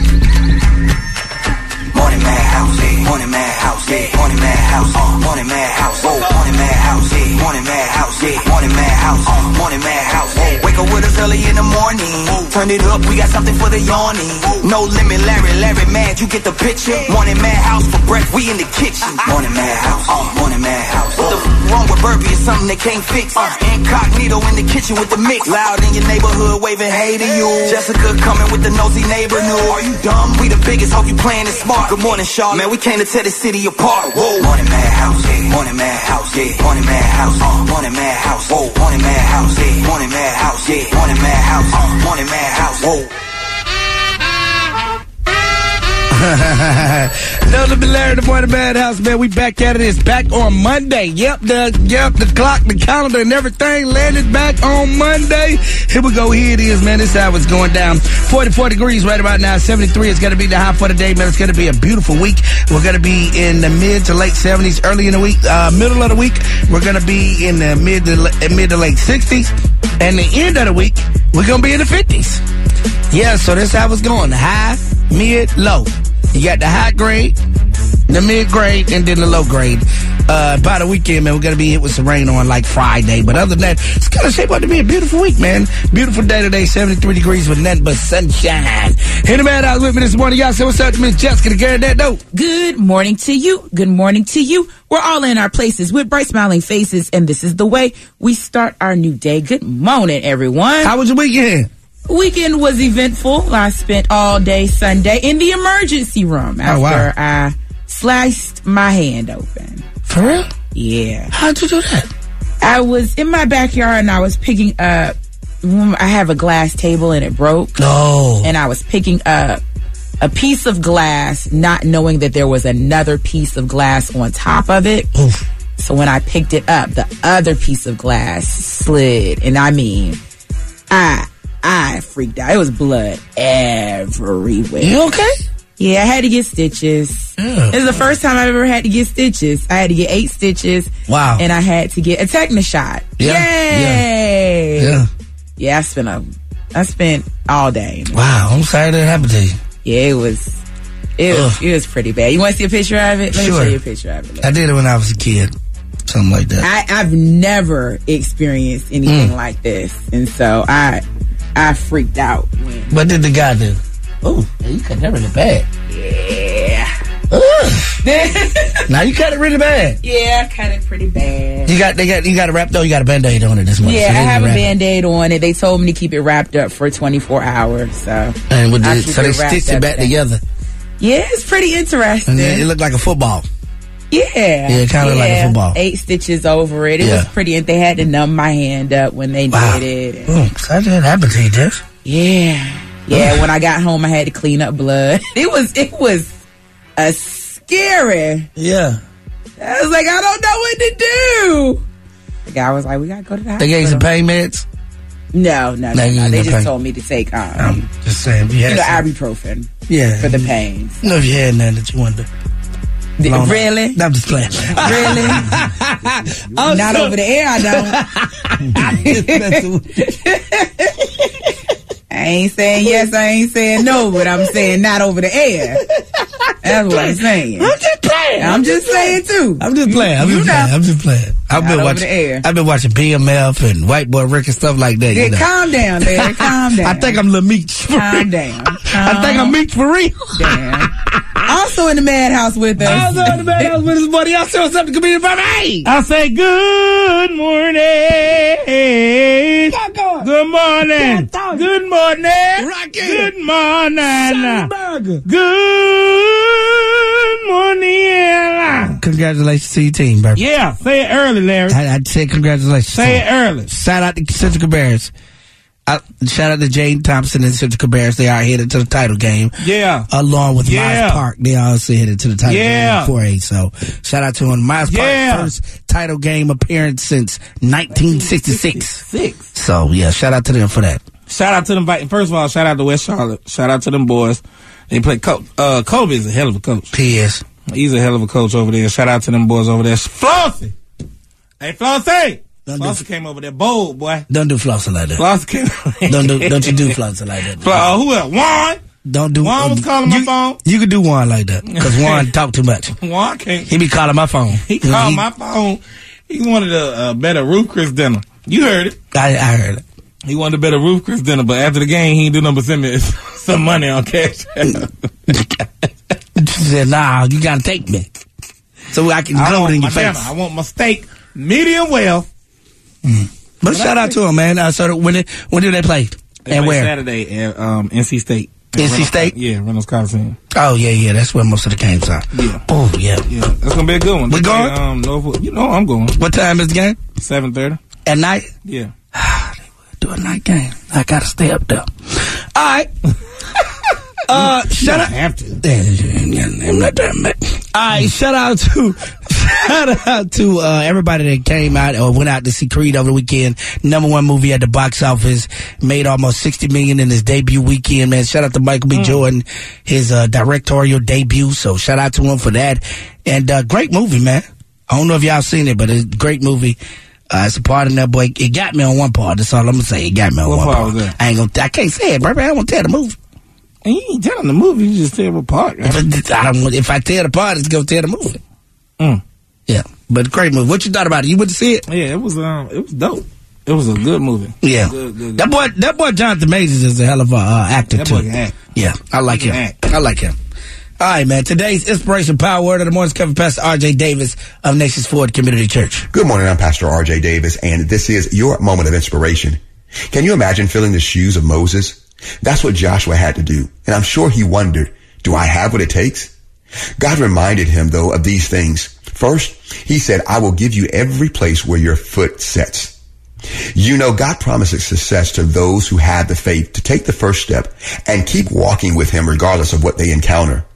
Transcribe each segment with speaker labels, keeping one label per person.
Speaker 1: house, uh, morning mad house, morning mad house, morning mad house, morning mad house, morning oh. mad house. Wake up with us early in the morning. Turn it up, we got something for the yawning. No limit, Larry, Larry, mad, you get the picture. Morning mad house for breakfast, we in the kitchen. Uh, Morning mad house, morning uh. mad house. What the f- wrong with Burpee is something they can't fix. Incognito in the kitchen with the mix. Loud in your neighborhood, waving hey to you. Jessica coming with the nosy neighbor new. Are you dumb? We the biggest, hope you playing it smart. Good morning, Shaw. Man, we came to tear the city apart. Whoa. Morning mad house, yeah. Morning mad house, yeah. Morning mad house, uh. Morning mad house, whoa. Morning mad house, yeah. Morning mad house, yeah. Morning mad house, uh. Morning mad house, whoa.
Speaker 2: Another Larry, the boy, the madhouse, man. We back at it. It's back on Monday. Yep, the yep, the clock, the calendar, and everything landed back on Monday. Here we go. Here it is, man. This hour is going down. 44 degrees right about now. 73 is going to be the high for the day, man. It's going to be a beautiful week. We're going to be in the mid to late 70s, early in the week, uh, middle of the week. We're going to be in the mid to la- mid to late 60s, and the end of the week, we're going to be in the 50s. Yeah, so that's how it's going. High, mid, low. You got the high grade, the mid grade, and then the low grade. Uh, by the weekend, man, we're gonna be hit with some rain on like Friday. But other than that, it's gonna shape up to be a beautiful week, man. Beautiful day today, 73 degrees with nothing but sunshine. Hit the man out with me this morning. Y'all say what's up to Miss Jessica to get that dope.
Speaker 3: Good morning to you. Good morning to you. We're all in our places with bright smiling faces, and this is the way we start our new day. Good morning, everyone.
Speaker 2: How was your weekend?
Speaker 3: Weekend was eventful. I spent all day Sunday in the emergency room after
Speaker 2: Oh, wow.
Speaker 3: I sliced my hand open.
Speaker 2: For real?
Speaker 3: Yeah.
Speaker 2: How'd you do that?
Speaker 3: I was in my backyard and I was picking up. mm, I have a glass table and it broke.
Speaker 2: No.
Speaker 3: and I was picking up a piece of glass, not knowing that there was another piece of glass on top of it.
Speaker 2: Oof.
Speaker 3: So when I picked it up, the other piece of glass slid, and I mean, I I freaked out. It was blood everywhere.
Speaker 2: You okay?
Speaker 3: Yeah, I had to get stitches.
Speaker 2: Yeah.
Speaker 3: It's the first time I've ever had to get stitches. I had to get eight stitches.
Speaker 2: Wow.
Speaker 3: And I had to get a tetanus shot.
Speaker 2: Yeah,
Speaker 3: Yay!
Speaker 2: Yeah.
Speaker 3: Yeah, I spent a I spent all day.
Speaker 2: Wow, I'm sorry that happened to you.
Speaker 3: Yeah, it was. It was,
Speaker 2: Ugh.
Speaker 3: it was pretty bad. You want to see a picture of it? Let
Speaker 2: Sure.
Speaker 3: me show you a picture of it.
Speaker 2: I did it when I was a kid. Something like that.
Speaker 3: I, I've never experienced
Speaker 2: Mm.
Speaker 3: anything like this, and so I, I freaked out. When,
Speaker 2: What did the guy do? Oh, you cut that really bad.
Speaker 3: yeah,
Speaker 2: Ugh. now you cut it really bad.
Speaker 3: yeah, I cut it pretty bad.
Speaker 2: You got they got you got a wrap though. You got a band aid on it this morning.
Speaker 3: Yeah, I
Speaker 2: so they
Speaker 3: have a
Speaker 2: wrap it.
Speaker 3: band aid on it. They told me to keep it wrapped up for 24 hours. So
Speaker 2: And with
Speaker 3: I
Speaker 2: the,
Speaker 3: keep
Speaker 2: so they
Speaker 3: it wrapped
Speaker 2: stitched it
Speaker 3: up
Speaker 2: back
Speaker 3: now.
Speaker 2: together,
Speaker 3: yeah, it's pretty interesting.
Speaker 2: and then it looked like a football.
Speaker 3: Yeah. Yeah,
Speaker 2: kinda like a football.
Speaker 3: Eight stitches over it. It
Speaker 2: Yeah.
Speaker 3: was pretty, and they had to numb my hand up when they
Speaker 2: Wow.
Speaker 3: did it. and-
Speaker 2: Mm, sorry that happened to you, Jeff.
Speaker 3: Yeah. Yeah, when I got home I had to clean up blood. It was it was a scary.
Speaker 2: Yeah,
Speaker 3: I was like, I don't know what to do. The guy was like, We gotta go to the
Speaker 2: they gave you
Speaker 3: hospital.
Speaker 2: some pain meds.
Speaker 3: no, no,
Speaker 2: No,
Speaker 3: no,
Speaker 2: you
Speaker 3: no.
Speaker 2: need
Speaker 3: They
Speaker 2: no
Speaker 3: just
Speaker 2: pain.
Speaker 3: told me to take um
Speaker 2: I'm just saying.
Speaker 3: you
Speaker 2: Yeah,
Speaker 3: know, ibuprofen
Speaker 2: yeah.
Speaker 3: for the pains.
Speaker 2: You know if you had nothing that you wanted. to-
Speaker 3: Th-
Speaker 2: Long-
Speaker 3: Really?
Speaker 2: No, I'm just playing.
Speaker 3: Really?
Speaker 4: Oh,
Speaker 3: Not
Speaker 2: so-
Speaker 3: over the air, I don't. I ain't saying yes, I ain't saying no, but I'm saying not over the air. That's what I'm saying.
Speaker 2: I'm just playing.
Speaker 3: I'm just saying too.
Speaker 2: I'm just playing. I'm
Speaker 3: you
Speaker 2: just
Speaker 3: know.
Speaker 2: playing. I'm just playing. I've
Speaker 3: Not
Speaker 2: been
Speaker 3: over
Speaker 2: watching.
Speaker 3: the air.
Speaker 2: I've been watching BMF and White Boy Rick and stuff like that.
Speaker 3: Yeah,
Speaker 2: you know.
Speaker 3: calm down, Larry. Calm down.
Speaker 2: I think I'm Lil Meech. For real.
Speaker 3: calm down.
Speaker 2: I think I'm Meech for real.
Speaker 3: down. also in the madhouse with
Speaker 2: I was
Speaker 3: us.
Speaker 2: on the madhouse with his buddy. I said what's up to comedian from hey.
Speaker 5: I say good morning. Good morning. Good morning.
Speaker 2: Rocky.
Speaker 5: Good morning.
Speaker 2: Burger.
Speaker 5: Good morning.
Speaker 2: Congratulations to your team, bro.
Speaker 5: Yeah, say it early, Larry.
Speaker 2: I, I said congratulations.
Speaker 5: Say it early.
Speaker 2: Shout out to Central Cabarrus. I, shout out to Jane Thompson and Central Cabarrus. They are headed to the title game.
Speaker 5: Yeah.
Speaker 2: Along with
Speaker 5: Yeah.
Speaker 2: Miles Park. They also headed to the title
Speaker 5: Yeah.
Speaker 2: game in 4A. So shout out to him. Miles
Speaker 5: Yeah.
Speaker 2: Park's first title game appearance since 1966.
Speaker 5: Six.
Speaker 2: So yeah, shout out to them for that.
Speaker 5: Shout out to them Vikings. First of all, shout out to West Charlotte. Shout out to them boys. They play coach. Uh, Kobe is a hell of a coach.
Speaker 2: P.S.
Speaker 5: He's a hell of a coach over there. Shout out to them boys over there. Flossy. Hey, Flossy.
Speaker 2: Don't do-
Speaker 5: Flossy came over there bold, boy.
Speaker 2: Don't do flossing like that.
Speaker 5: Flossy came over there.
Speaker 2: Don't do, don't you do flossing like that.
Speaker 5: Flo- uh, who else? Juan.
Speaker 2: Don't do
Speaker 5: Juan was calling my
Speaker 2: you-
Speaker 5: phone.
Speaker 2: You could do Juan like that because Juan talk too much.
Speaker 5: Juan can't.
Speaker 2: He be calling my phone.
Speaker 5: He called my phone. He wanted a, a better Ruth Chris dinner. You heard it.
Speaker 2: I, I heard it.
Speaker 5: He wanted a better Ruth Chris dinner, but after the game, he didn't do number send me some money on cash. App.
Speaker 2: She said, "Nah, you gotta take me, so I can
Speaker 5: I
Speaker 2: go
Speaker 5: want
Speaker 2: it in
Speaker 5: my
Speaker 2: your face."
Speaker 5: dinner. I want my steak, medium well.
Speaker 2: But shout out to him, man. Uh, so when it, when do they play?
Speaker 5: They
Speaker 2: and
Speaker 5: play
Speaker 2: where?
Speaker 5: Saturday at um, NC State. At
Speaker 2: NC
Speaker 5: Reynolds-
Speaker 2: State?
Speaker 5: Yeah, Reynolds Coliseum.
Speaker 2: Oh yeah, yeah. That's where most of the games are.
Speaker 5: Yeah.
Speaker 2: Oh yeah.
Speaker 5: Yeah, that's gonna be a good one.
Speaker 2: We
Speaker 5: They
Speaker 2: going?
Speaker 5: play, Um, Norfolk. You know I'm going.
Speaker 2: What time is the game?
Speaker 5: Seven thirty.
Speaker 2: At night.
Speaker 5: Yeah.
Speaker 2: Do a night game. I gotta stay up there. All right. uh, shout out.
Speaker 5: have to.
Speaker 2: All right, shout out to shout out to uh, everybody that came out or went out to see Creed over the weekend. Number one movie at the box office, made almost sixty million in his debut weekend. Man, shout out to Michael B.
Speaker 5: Mm.
Speaker 2: Jordan, his uh, directorial debut. So shout out to him for that. And uh, great movie, man. I don't know if y'all seen it, but it's a great movie. Uh, it's a part in that boy. It got me on one part. That's all I'm gonna say. It got me on
Speaker 5: What
Speaker 2: one
Speaker 5: part was that?
Speaker 2: I ain't gonna. I can't say it, bro. I won't tell the movie.
Speaker 5: And you ain't telling the movie. You just tell apart.
Speaker 2: If it- I don't. want- If I tear the part, it's gonna tear the movie.
Speaker 5: Mm.
Speaker 2: Yeah, but great movie. What you thought about it? You went to see it?
Speaker 5: Yeah, it was um, it was dope. It was a good movie.
Speaker 2: Yeah.
Speaker 5: Good, good, good.
Speaker 2: That boy, that boy Jonathan Majors is a hell of a uh, actor
Speaker 5: That
Speaker 2: too.
Speaker 5: boy can act.
Speaker 2: Yeah, I like
Speaker 5: He
Speaker 2: him.
Speaker 5: can act.
Speaker 2: I like him. All right, man. Today's inspiration power word of the morning is covered Pastor R.J. Davis of Nations Ford Community Church.
Speaker 6: Good morning. I'm Pastor RJ Davis, and this is your moment of inspiration. Can you imagine filling the shoes of Moses? That's what Joshua had to do. And I'm sure he wondered, do I have what it takes? God reminded him, though, of these things. First, he said, I will give you every place where your foot sets. You know, God promises success to those who have the faith to take the first step and keep walking with him regardless of what they encounter.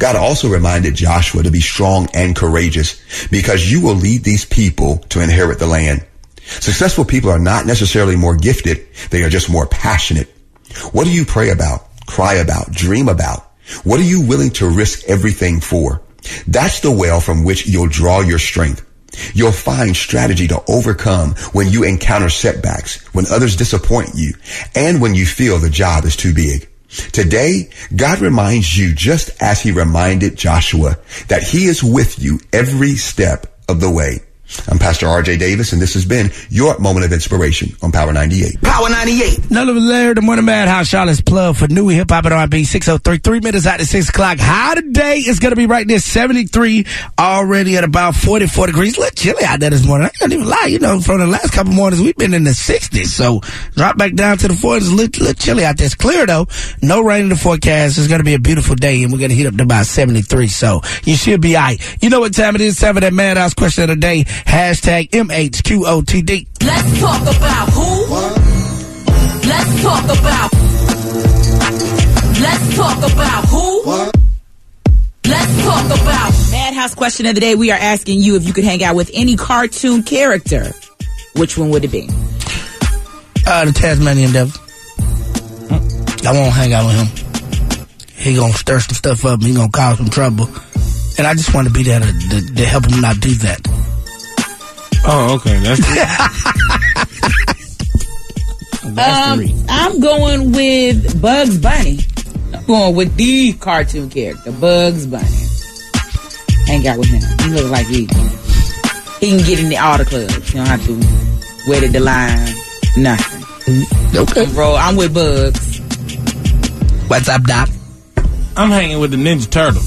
Speaker 6: God also reminded Joshua to be strong and courageous because you will lead these people to inherit the land. Successful people are not necessarily more gifted. They are just more passionate. What do you pray about, cry about, dream about? What are you willing to risk everything for? That's the well from which you'll draw your strength. You'll find strategy to overcome when you encounter setbacks, when others disappoint you, and when you feel the job is too big. Today, God reminds you, just as he reminded Joshua, that he is with you every step of the way. I'm Pastor RJ Davis, and this has been your moment of inspiration on Power 98.
Speaker 1: Power 98.
Speaker 2: None of us there, the Morning Madhouse, Charlotte's plug for new hip hop and R&B, 603, three minutes out to six o'clock. How today is going to be right there, 73, already at about 44 degrees. A little chilly out there this morning. I can't even lie. You know, from the last couple mornings, we've been in the 60s. So drop back down to the 40s. A little, little chilly out there. It's clear though. No rain in the forecast. It's going to be a beautiful day and we're going to hit up to about 73. So you should be all right. You know what time it is? Time for that Madhouse question of the day. Hashtag MHQOTD.
Speaker 7: Let's talk about who. Let's talk about. Let's talk about who. Let's talk about.
Speaker 3: Madhouse question of the day. We are asking you if you could hang out with any cartoon character. Which one would it be?
Speaker 2: Uh, the Tasmanian devil. Mm. I won't hang out with him. He gonna stir some stuff up. He gonna cause some trouble, and I just want to be there to, to, to help him not do that.
Speaker 5: Oh, okay. That's that's
Speaker 3: Um,
Speaker 5: three.
Speaker 3: I'm going with Bugs Bunny. I'm going with the cartoon character, Bugs Bunny. Hang out with him. He look like he he can get in the all the clubs. You don't have to wait at the line. Nothing.
Speaker 2: Okay.
Speaker 3: Bro, I'm with Bugs.
Speaker 2: What's up, Doc?
Speaker 5: I'm hanging with the Ninja Turtle.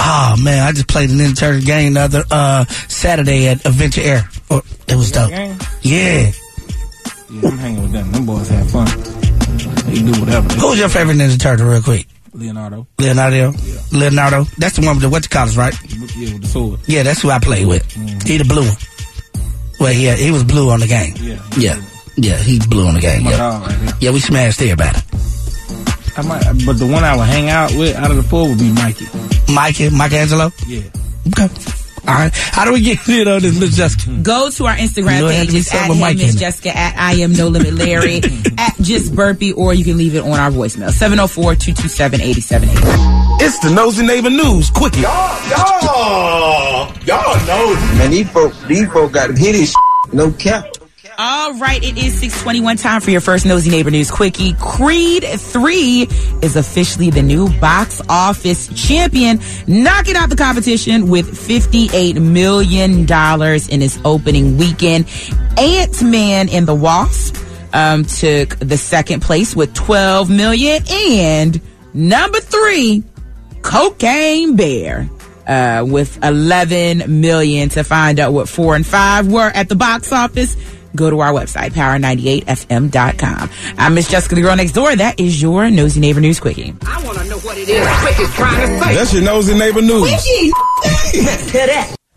Speaker 2: Oh man, I just played an intern game the other uh, Saturday at Adventure Air. Oh, it was dope.
Speaker 5: Okay.
Speaker 2: Yeah.
Speaker 5: Yeah, I'm hanging with them. Them boys have fun. They do whatever. They
Speaker 2: Who's your favorite Ninja Turtle, real quick?
Speaker 5: Leonardo.
Speaker 2: Leonardo. Leonardo. That's the one with the what you call us, right?
Speaker 5: Yeah, with the sword.
Speaker 2: Yeah, that's who I played with. He the blue one. Well, yeah, he was blue on the game.
Speaker 5: Yeah.
Speaker 2: Yeah. Yeah, he's blue on the game.
Speaker 5: My
Speaker 2: Yeah.
Speaker 5: dog right there.
Speaker 2: yeah, we smashed everybody.
Speaker 5: I might, but the one I would hang out with out of the four would be Mikey.
Speaker 2: Mikey, Michelangelo.
Speaker 5: Yeah.
Speaker 2: Okay. All right. How do we get in on this, Miss Jessica?
Speaker 3: Go to our
Speaker 2: You know,
Speaker 3: Instagram
Speaker 2: it had to
Speaker 3: page.
Speaker 2: be
Speaker 3: It's
Speaker 2: said
Speaker 3: at
Speaker 2: with
Speaker 3: Hey
Speaker 2: Mike in
Speaker 3: Miss
Speaker 2: it.
Speaker 3: Jessica, at I am No Limit Larry, at Just Burpee, or you can leave it on our voicemail, 704-227-8788.
Speaker 5: It's the nosy neighbor news. Quickie.
Speaker 8: Man, these folk, these folk got to hit his no cap.
Speaker 3: All right, it is 621 time for your first Nosy Neighbor News Quickie. Creed 3 is officially the new box office champion, knocking out the competition with $58 million in its opening weekend. Ant-Man and the Wasp um, took the second place with 12 million. And number three, Cocaine Bear uh, with 11 million. To find out what four and five were at the box office, go to our website, power98fm.com. I'm Miss Jessica, the girl next door. That is your Nosy Neighbor News Quickie.
Speaker 7: I wanna know what it is. Quick is trying to say.
Speaker 5: That's your nosy neighbor news.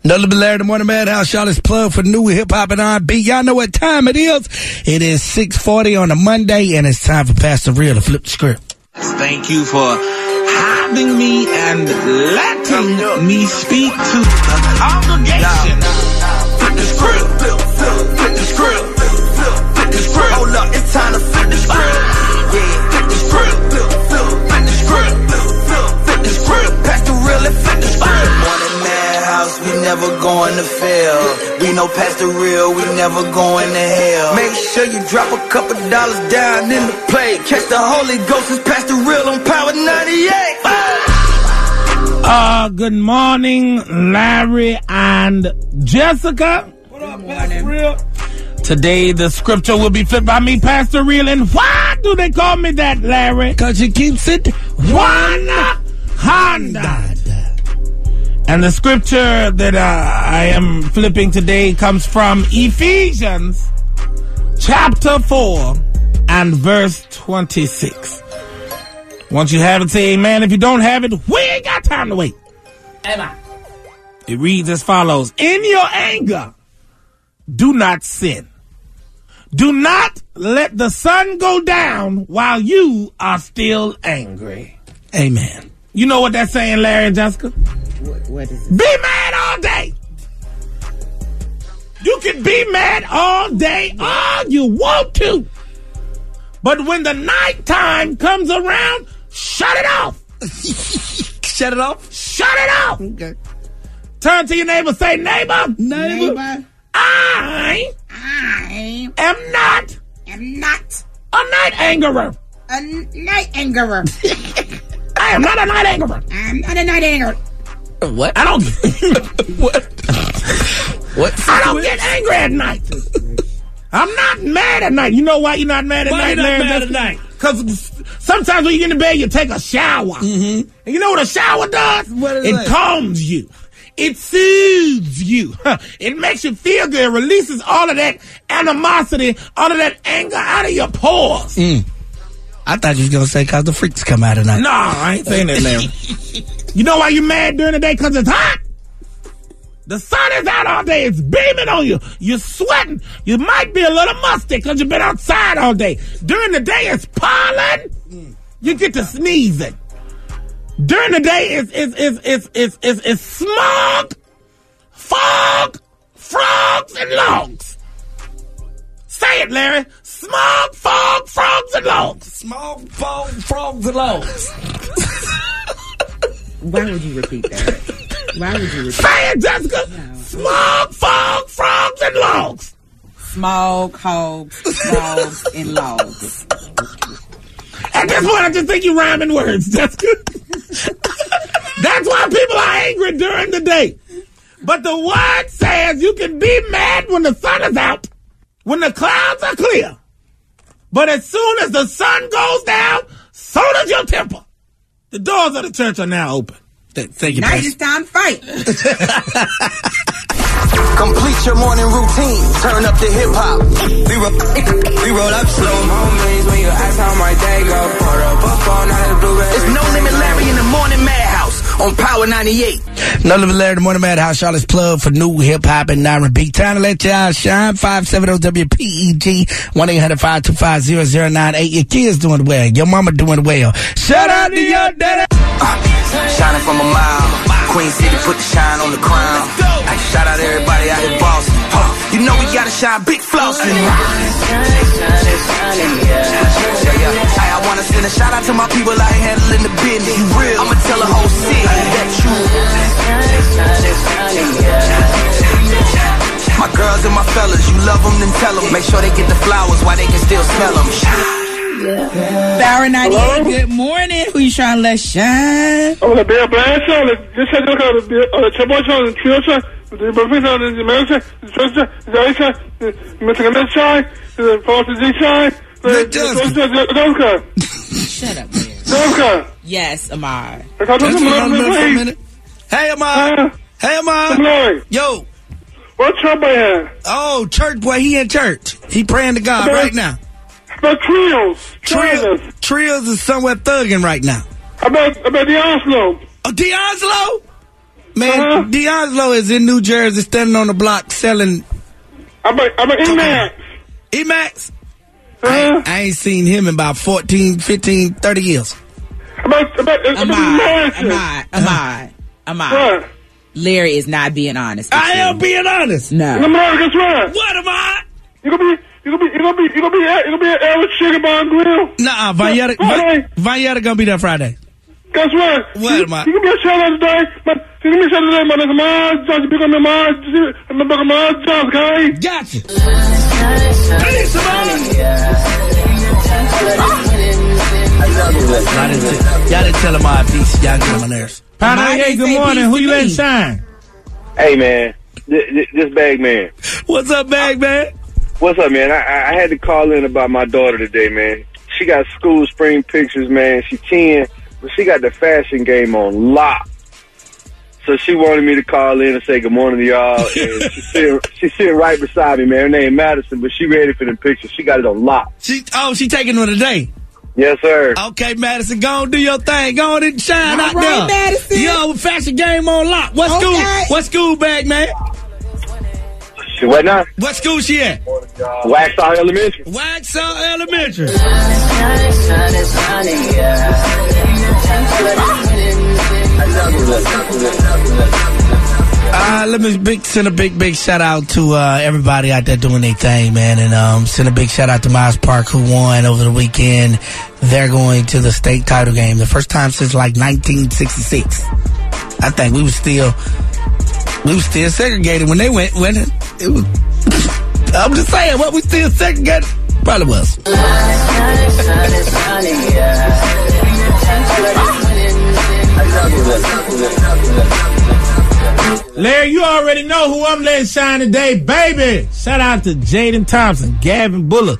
Speaker 2: Another Blair the Morning Madhouse. Y'all is plugged for new hip hop and R&B. Y'all know what time it is. It is 640 on a Monday and it's time for Pastor Real to flip the script.
Speaker 8: Thank you for having me and letting me speak to the congregation. Flip the script, flip the script, flip the script. Hold up, it's time to flip the script. Ah, Yeah, flip the script, flip the script, flip the script. Pass the real and flip the script. Morning madhouse, we never going to fail. We know past the real, we never going to hell. Make sure you drop a couple dollars down in the plate. Catch the Holy Ghost, it's past the real on Power 98.
Speaker 5: Uh, good morning, Larry and Jessica. What up, Pastor Real? Today the scripture will be flipped by me, Pastor Real. And why do they call me that, Larry?
Speaker 2: Cause you keeps it.
Speaker 5: One Honda. And the scripture that uh, I am flipping today comes from Ephesians chapter 4 and verse 26. Once you have it, say amen. If you don't have it, we ain't got time to wait.
Speaker 3: Amen.
Speaker 5: It reads as follows In your anger, do not sin. Do not let the sun go down while you are still angry.
Speaker 2: Amen.
Speaker 5: You know what that's saying, Larry and Jessica?
Speaker 3: What is it?
Speaker 5: Be mad all day. You can be mad all day, all you want to. But when the nighttime comes around, shut it off.
Speaker 2: Shut it off.
Speaker 5: Shut it off.
Speaker 2: Okay.
Speaker 5: Turn to your neighbor, say, neighbor,
Speaker 2: Neighbor.
Speaker 5: I, am not
Speaker 3: I'm not
Speaker 5: a night angerer.
Speaker 3: a night angerer.
Speaker 5: I am not a night angerer.
Speaker 3: I'm not a night angerer.
Speaker 2: What?
Speaker 5: I don't
Speaker 2: What?
Speaker 5: I don't get angry at night. I'm not mad at night. You know why you're not mad at
Speaker 2: Why you
Speaker 5: night?
Speaker 2: not mad at night?
Speaker 5: Because sometimes when you get in bed, you take a shower. Mm-hmm. And you know what a shower does?
Speaker 2: What is
Speaker 5: it
Speaker 2: that?
Speaker 5: calms you. It soothes you. Huh. It makes you feel good. It releases all of that animosity, all of that anger out of your pores.
Speaker 2: Mm. I thought you was gonna say cause the freaks come out tonight.
Speaker 5: No, I ain't saying that, Larry. you know why you mad during the day? Because it's hot. The sun is out all day. It's beaming on you. You're sweating. You might be a little musty because you've been outside all day. During the day, it's pollen. You get to sneezing. During the day, it's, it's, it's, it's, it's, it's, it's smog, fog, frogs, and logs. Say it, Larry. Smog, fog, frogs, and logs.
Speaker 2: Small frog, frogs alone.
Speaker 3: Why would you repeat that? Why would you repeat
Speaker 5: Say it, Jessica. Smog, fog, frogs, and logs.
Speaker 3: Smog, hogs, frogs, and logs.
Speaker 5: At this point, I just think you rhyming words, Jessica. That's why people are angry during the day. But the word says you can be mad when the sun is out, when the clouds are clear. But as soon as the sun goes down, so does your temper. The doors of the church are now open.
Speaker 2: Thank you,
Speaker 3: Now
Speaker 2: Pastor.
Speaker 3: it's time to fight.
Speaker 1: Complete your morning routine. Turn up the hip hop. We roll, we roll up slow. Moments when you ask how my day go. Pour up a phone out of blueberry. It's no limit, Larry, in the morning madhouse on Power 98.
Speaker 2: Another Larry the Morning Madhouse. Y'all is plugged for new hip hop and R&B. Time to let y'all shine. 570-WPEG. 1-800-525-0098. Your kids doing well. Your mama doing well. Shout out to your daddy.
Speaker 1: Uh, Shining from a mile. Queen City put the shine on the crown. I shout out everybody out in Boston. Huh, you know we gotta shine big flossing. Yeah, yeah. Hey, I wanna send a shout out to my people out here handling the business. You real? I'ma tell the whole city that you. My girls and my fellas, you love them, then tell them. Make sure they get the flowers while they can still smell them.
Speaker 3: Sour 98, good morning. Who you trying to let shine?
Speaker 4: Hola, Bea Blanca, hola, yo soy yo, hola, Bea-
Speaker 3: uh,
Speaker 4: hola, Chavo, hola, Chiosa, hola, Bafisa, hola, Jimenez, Chiosa, Zaisa, eh, Metrana Chai, eh, Foster D Chai, eh, Chiosa, Zonka,
Speaker 3: Shut up, man.
Speaker 4: Zonka.
Speaker 3: Yes, Amar.
Speaker 4: I got
Speaker 2: That's what
Speaker 4: nothing more
Speaker 2: I'm
Speaker 4: than
Speaker 2: doing for a
Speaker 4: that.
Speaker 2: minute. Hey, Amar. Hey, Amar.
Speaker 4: Lloyd,
Speaker 2: Yo.
Speaker 4: what's up, man?
Speaker 2: Oh, church boy, he in church. He praying to God
Speaker 4: Okay.
Speaker 2: right now.
Speaker 4: About trios,
Speaker 2: Trill,
Speaker 4: trios.
Speaker 2: Trills is somewhere thugging right now.
Speaker 4: About about the Oslo.
Speaker 2: Oh, D'Angelo? Man,
Speaker 4: Uh-huh.
Speaker 2: D'Angelo is in New Jersey standing on the block selling
Speaker 4: About about Emacs.
Speaker 2: Emacs.
Speaker 4: Huh?
Speaker 2: I ain't seen him in about 14, 15, 30 years.
Speaker 4: About about about the
Speaker 3: Amar.
Speaker 4: Americans.
Speaker 3: Amar. Amar. Amar.
Speaker 4: What?
Speaker 3: Larry is not being honest. with
Speaker 2: I
Speaker 3: you.
Speaker 2: am being honest.
Speaker 4: The
Speaker 3: No.
Speaker 4: Americans, what?
Speaker 2: What am I?
Speaker 4: You gonna be you gonna be you gonna be you gonna be you gonna be an Eric Sugar Bomb Grill?
Speaker 2: Nah, Vanyetta,
Speaker 4: Friday.
Speaker 2: Vanyetta gonna be there Friday.
Speaker 4: Guess what?
Speaker 2: What
Speaker 4: you,
Speaker 2: am I-
Speaker 4: You give me a shout out today, but you give me a shout out today, my nigga, my jobs, big on me, my my big on my jobs, guy.
Speaker 2: Gotcha. Hey, somebody. Y'all didn't, tell, y'all didn't tell him my piece. Y'all get on my nerves.
Speaker 5: Pound
Speaker 3: Mine
Speaker 5: 98,
Speaker 3: say
Speaker 5: good morning. Who you letting
Speaker 3: BCB.
Speaker 5: shine?
Speaker 9: Hey man, th- th- this bag man.
Speaker 2: What's up, bag man?
Speaker 9: What's up, man? I, I I had to call in about my daughter today, man. She got school spring pictures, man. She ten, but she got the fashion game on lock. So she wanted me to call in and say good morning to y'all. And she's sitting, she's sitting right beside me, man. Her name Madison, but she ready for the pictures. She got it on lock.
Speaker 2: She oh she taking one today.
Speaker 9: Yes, sir.
Speaker 2: Okay, Madison, go on do your thing. Go on and shine
Speaker 3: All
Speaker 2: out
Speaker 3: right,
Speaker 2: there.
Speaker 3: Madison.
Speaker 2: Yo, fashion game on lock. What
Speaker 3: Okay.
Speaker 2: school? What school, bag man?
Speaker 9: She what now?
Speaker 2: What school she at?
Speaker 9: Waxhaw Elementary.
Speaker 2: Waxhaw Elementary. Uh, let me big, send a big, big shout out to uh, everybody out there doing their thing, man. And um, send a big shout out to Miles Park, who won over the weekend. They're going to the state title game. The first time since like 1966. I think we was still, we was still segregated when they went, when it, it was, I'm just saying, what we still segregated? Probably was.
Speaker 5: Larry, you already know who I'm letting shine today, baby. Shout out to Jaden Thompson, Gavin Buller,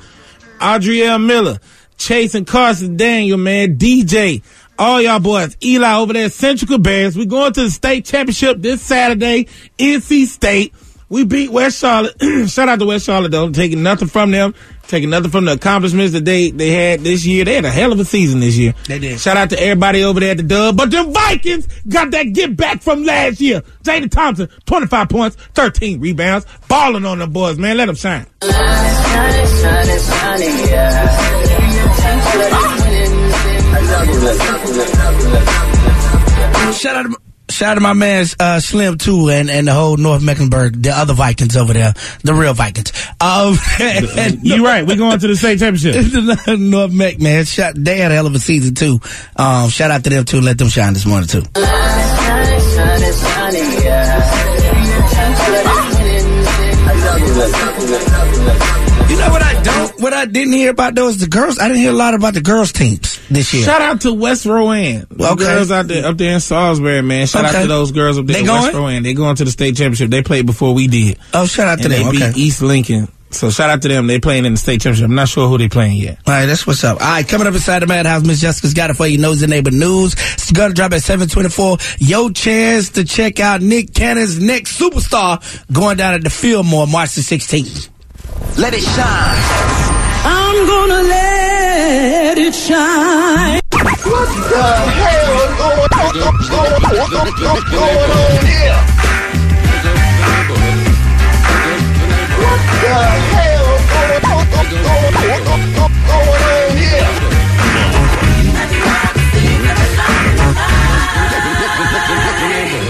Speaker 5: Audrielle Miller, Chase and Carson Daniel, man, DJ, all y'all boys, Eli over there, at Central Bears. We going to the state championship this Saturday, NC State. We beat West Charlotte. Shout out to West Charlotte though, taking nothing from them, taking nothing from the accomplishments that they they had this year. They had a hell of a season this year.
Speaker 2: They did.
Speaker 5: Shout out to everybody over there at the dub. But them Vikings got that get back from last year. Jaden Thompson, 25 points, 13 rebounds. Balling on them boys, man. Let them shine.
Speaker 2: Shout out, to, shout out to my man uh, Slim too, and, and the whole North Mecklenburg, the other Vikings over there, the real Vikings. Um, and-
Speaker 5: You right. We going to the state championship.
Speaker 2: North Mech man, shout, they had a hell of a season too. Um, shout out to them too. Let them shine this morning too. You know what I don't, what I didn't hear about those the girls. I didn't hear a lot about the girls teams this year.
Speaker 5: Shout out to West Rowan. The
Speaker 2: Okay.
Speaker 5: girls out there up there in Salisbury, man. Shout
Speaker 2: Okay.
Speaker 5: out to those girls up there
Speaker 2: They
Speaker 5: in West
Speaker 2: going?
Speaker 5: Rowan. They going to the state championship. They played before we did.
Speaker 2: oh, shout out to
Speaker 5: And they
Speaker 2: them.
Speaker 5: beat
Speaker 2: Okay.
Speaker 5: East Lincoln. So shout out to them. They playing in the state championship. I'm not sure who they playing yet.
Speaker 2: All right, that's what's up. All right, coming up inside the madhouse, Miss Jessica's got it for you. Knows the neighbor news. It's gonna drop at seven twenty-four. Your chance to check out Nick Cannon's next superstar going down at the Fillmore March the sixteenth.
Speaker 1: Let it shine.
Speaker 10: I'm gonna let it shine.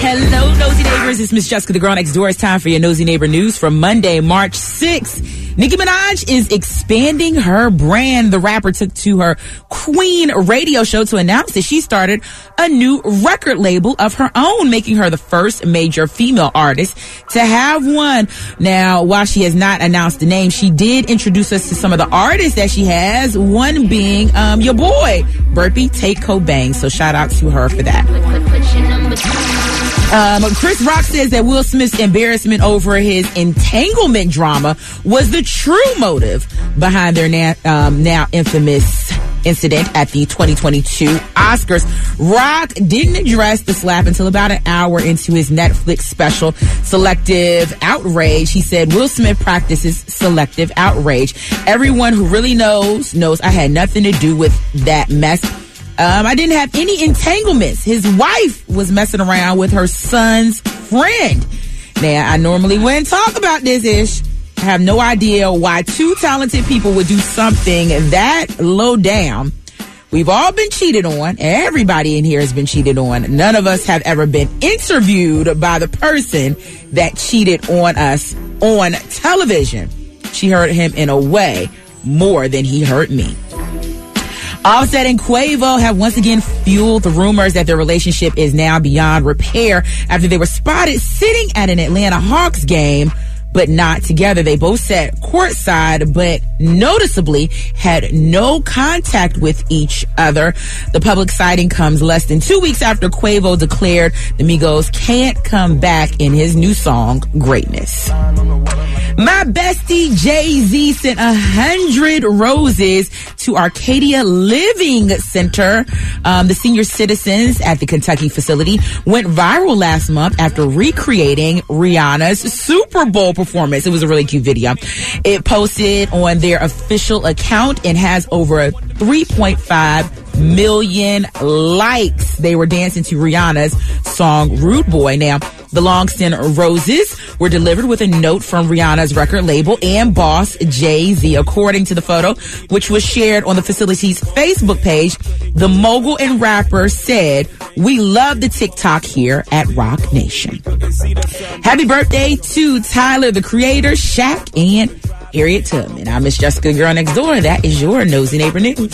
Speaker 3: Hello, nosy neighbors. It's Miss Jessica, the girl next door. It's time for your nosy neighbor news for Monday, March 6th. Nicki Minaj is expanding her brand. The rapper took to her Queen radio show to announce that she started a new record label of her own, making her the first major female artist to have one. Now, while she has not announced the name, she did introduce us to some of the artists that she has, one being um, your boy, Burpee Take Cobain. So shout out to her for that. Um, Chris Rock says that Will Smith's embarrassment over his entanglement drama was the true motive behind their na- um, now infamous incident at the 2022 Oscars. Rock didn't address the slap until about an hour into his Netflix special, Selective Outrage. He said, Will Smith practices selective outrage. Everyone who really knows, knows I had nothing to do with that mess. Um, I didn't have any entanglements. His wife was messing around with her son's friend. Now, I normally wouldn't talk about this ish. I have no idea why two talented people would do something that low down. We've all been cheated on. Everybody in here has been cheated on. None of us have ever been interviewed by the person that cheated on us on television. She hurt him in a way more than he hurt me. Offset and Quavo have once again fueled the rumors that their relationship is now beyond repair after they were spotted sitting at an Atlanta Hawks game. But not together. They both sat courtside, but noticeably had no contact with each other. The public sighting comes less than two weeks after Quavo declared the Migos can't come back in his new song, Greatness. My bestie Jay Z sent a hundred roses to Arcadia Living Center. Um, the senior citizens at the Kentucky facility went viral last month after recreating Rihanna's Super Bowl performance. It was a really cute video. It posted on their official account and has over 3.5 million likes. They were dancing to Rihanna's song Rude Boy. Now, the Longston Roses were delivered with a note from Rihanna's record label and boss Jay Z. According to the photo, which was shared on the facility's Facebook page, the mogul and rapper said, We love the TikTok here at Rock Nation. Happy birthday to Tyler, the creator, Shaq, and Harriet Tubman. I'm Miss Jessica Girl Next Door. That is your nosy neighbor news.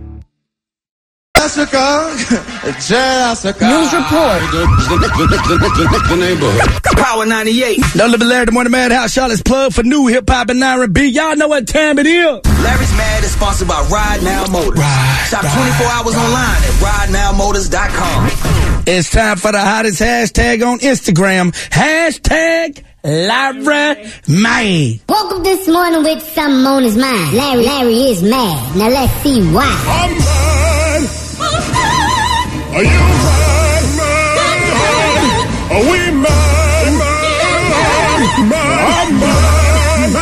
Speaker 11: Jessica, Jessica. News report. the neighborhood.
Speaker 2: Power 98. No living Larry the Morning Madhouse. Charlotte's plug for new hip hop and R&B. Y'all know what time it is.
Speaker 1: Larry's Mad is sponsored by Ride Now Motors. Shop 24 hours online at ridenowmotors.com.
Speaker 2: It's time for the hottest hashtag on Instagram. Hashtag Lyra May.
Speaker 12: Woke up this morning with something on his mind. Larry, Larry is mad. Now let's see why. I'm mad. Are you mad, mad? Are we mad, mad,
Speaker 2: mad,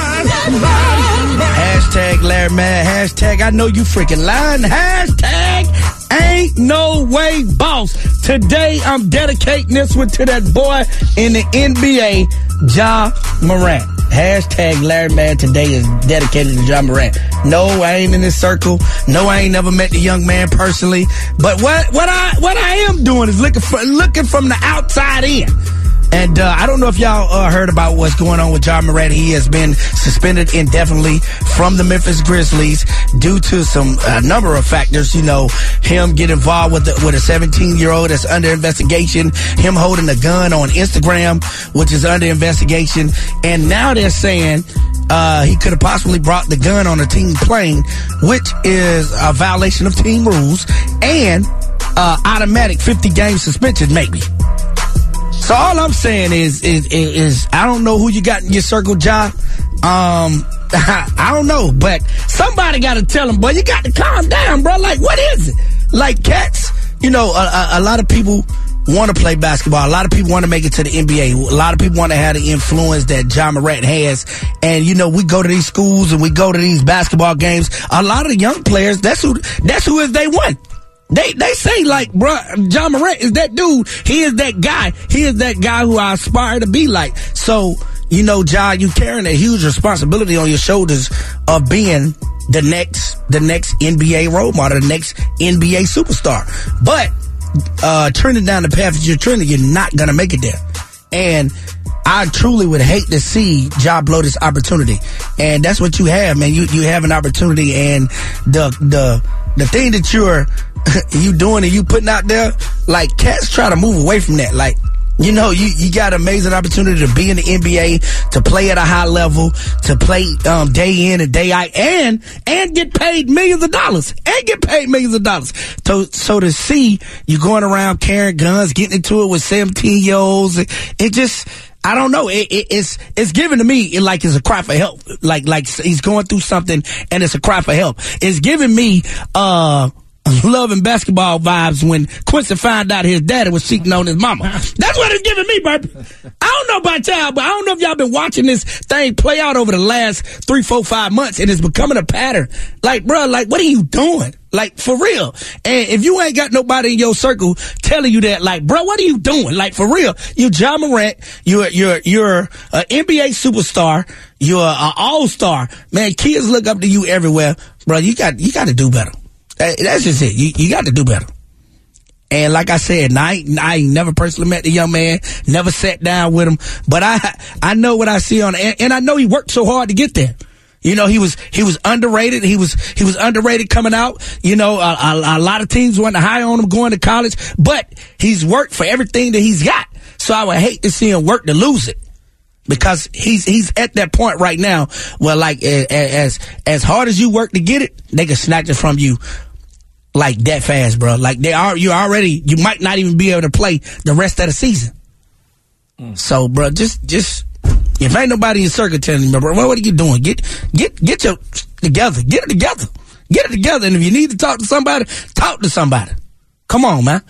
Speaker 2: Hashtag Larry Mad. Hashtag I know you freaking lying. Hashtag ain't no way boss. Today I'm dedicating this one to that boy in the NBA, Ja Morant. Hashtag Larry Mad today is dedicated to Ja Morant. No, I ain't in this circle. No, I ain't never met the young man personally. But what what I what I am doing is looking for looking from the outside in. And uh, I don't know if y'all uh, heard about what's going on with John Morant. He has been suspended indefinitely from the Memphis Grizzlies due to some uh, number of factors. You know, him get involved with the, with a 17 year old that's under investigation. Him holding a gun on Instagram, which is under investigation. And now they're saying uh, he could have possibly brought the gun on a team plane, which is a violation of team rules and uh, automatic 50 game suspension, maybe. So all I'm saying is, is is is I don't know who you got in your circle, job. Um, I don't know, but somebody got to tell him, but you got to calm down, bro. Like, what is it? Like cats, you know, a, a, a lot of people want to play basketball. A lot of people want to make it to the NBA. A lot of people want to have the influence that John Morant has. And you know, we go to these schools and we go to these basketball games. A lot of the young players, that's who that's who is they want. They they say like, bro, John Morant is that dude. He is that guy. He is that guy who I aspire to be like. So you know, John, you carrying a huge responsibility on your shoulders of being the next the next NBA role model, the next NBA superstar. But uh, turning down the path that you're turning, you're not gonna make it there. And I truly would hate to see job blow this opportunity. And that's what you have, man. You you have an opportunity and the the the thing that you're you doing and you putting out there, like cats try to move away from that. Like you know, you, you got an amazing opportunity to be in the NBA, to play at a high level, to play um, day in and day out, and and get paid millions of dollars, and get paid millions of dollars. So so to see you going around carrying guns, getting into it with seventeen year olds, it, it just I don't know. It, it, it's it's given to me it, like it's a cry for help. Like like he's going through something, and it's a cry for help. It's giving me uh love and basketball vibes when Quincy found out his daddy was cheating on his mama. That's what it's giving me, Burp. I don't know about y'all, but I don't know if y'all been watching this thing play out over the last three, four, five months, and it's becoming a pattern. Like, bro, like, what are you doing? Like, for real. And if you ain't got nobody in your circle telling you that, like, bro, what are you doing? Like, for real. You John Morant, you're, you're, you're an NBA superstar, you're an all-star. Man, kids look up to you everywhere. Bro, you got, you got to do better. That, that's just it. You, you got to do better. And like I said, and I ain't, I ain't never personally met the young man, never sat down with him, but I I know what I see on, and, and I know he worked so hard to get there. You know, he was he was underrated. He was he was underrated coming out. You know, a, a, a lot of teams wanted to hire on him going to college, but he's worked for everything that he's got. So I would hate to see him work to lose it because he's he's at that point right now where like as as hard as you work to get it, they can snatch it from you like that fast, bro. Like they are, you already, you might not even be able to play the rest of the season. Mm. So, bro, just, just if ain't nobody in circuit telling you, bro, what are you doing? Get, get, get your together, get it together, get it together. And if you need to talk to somebody, talk to somebody. Come on, man.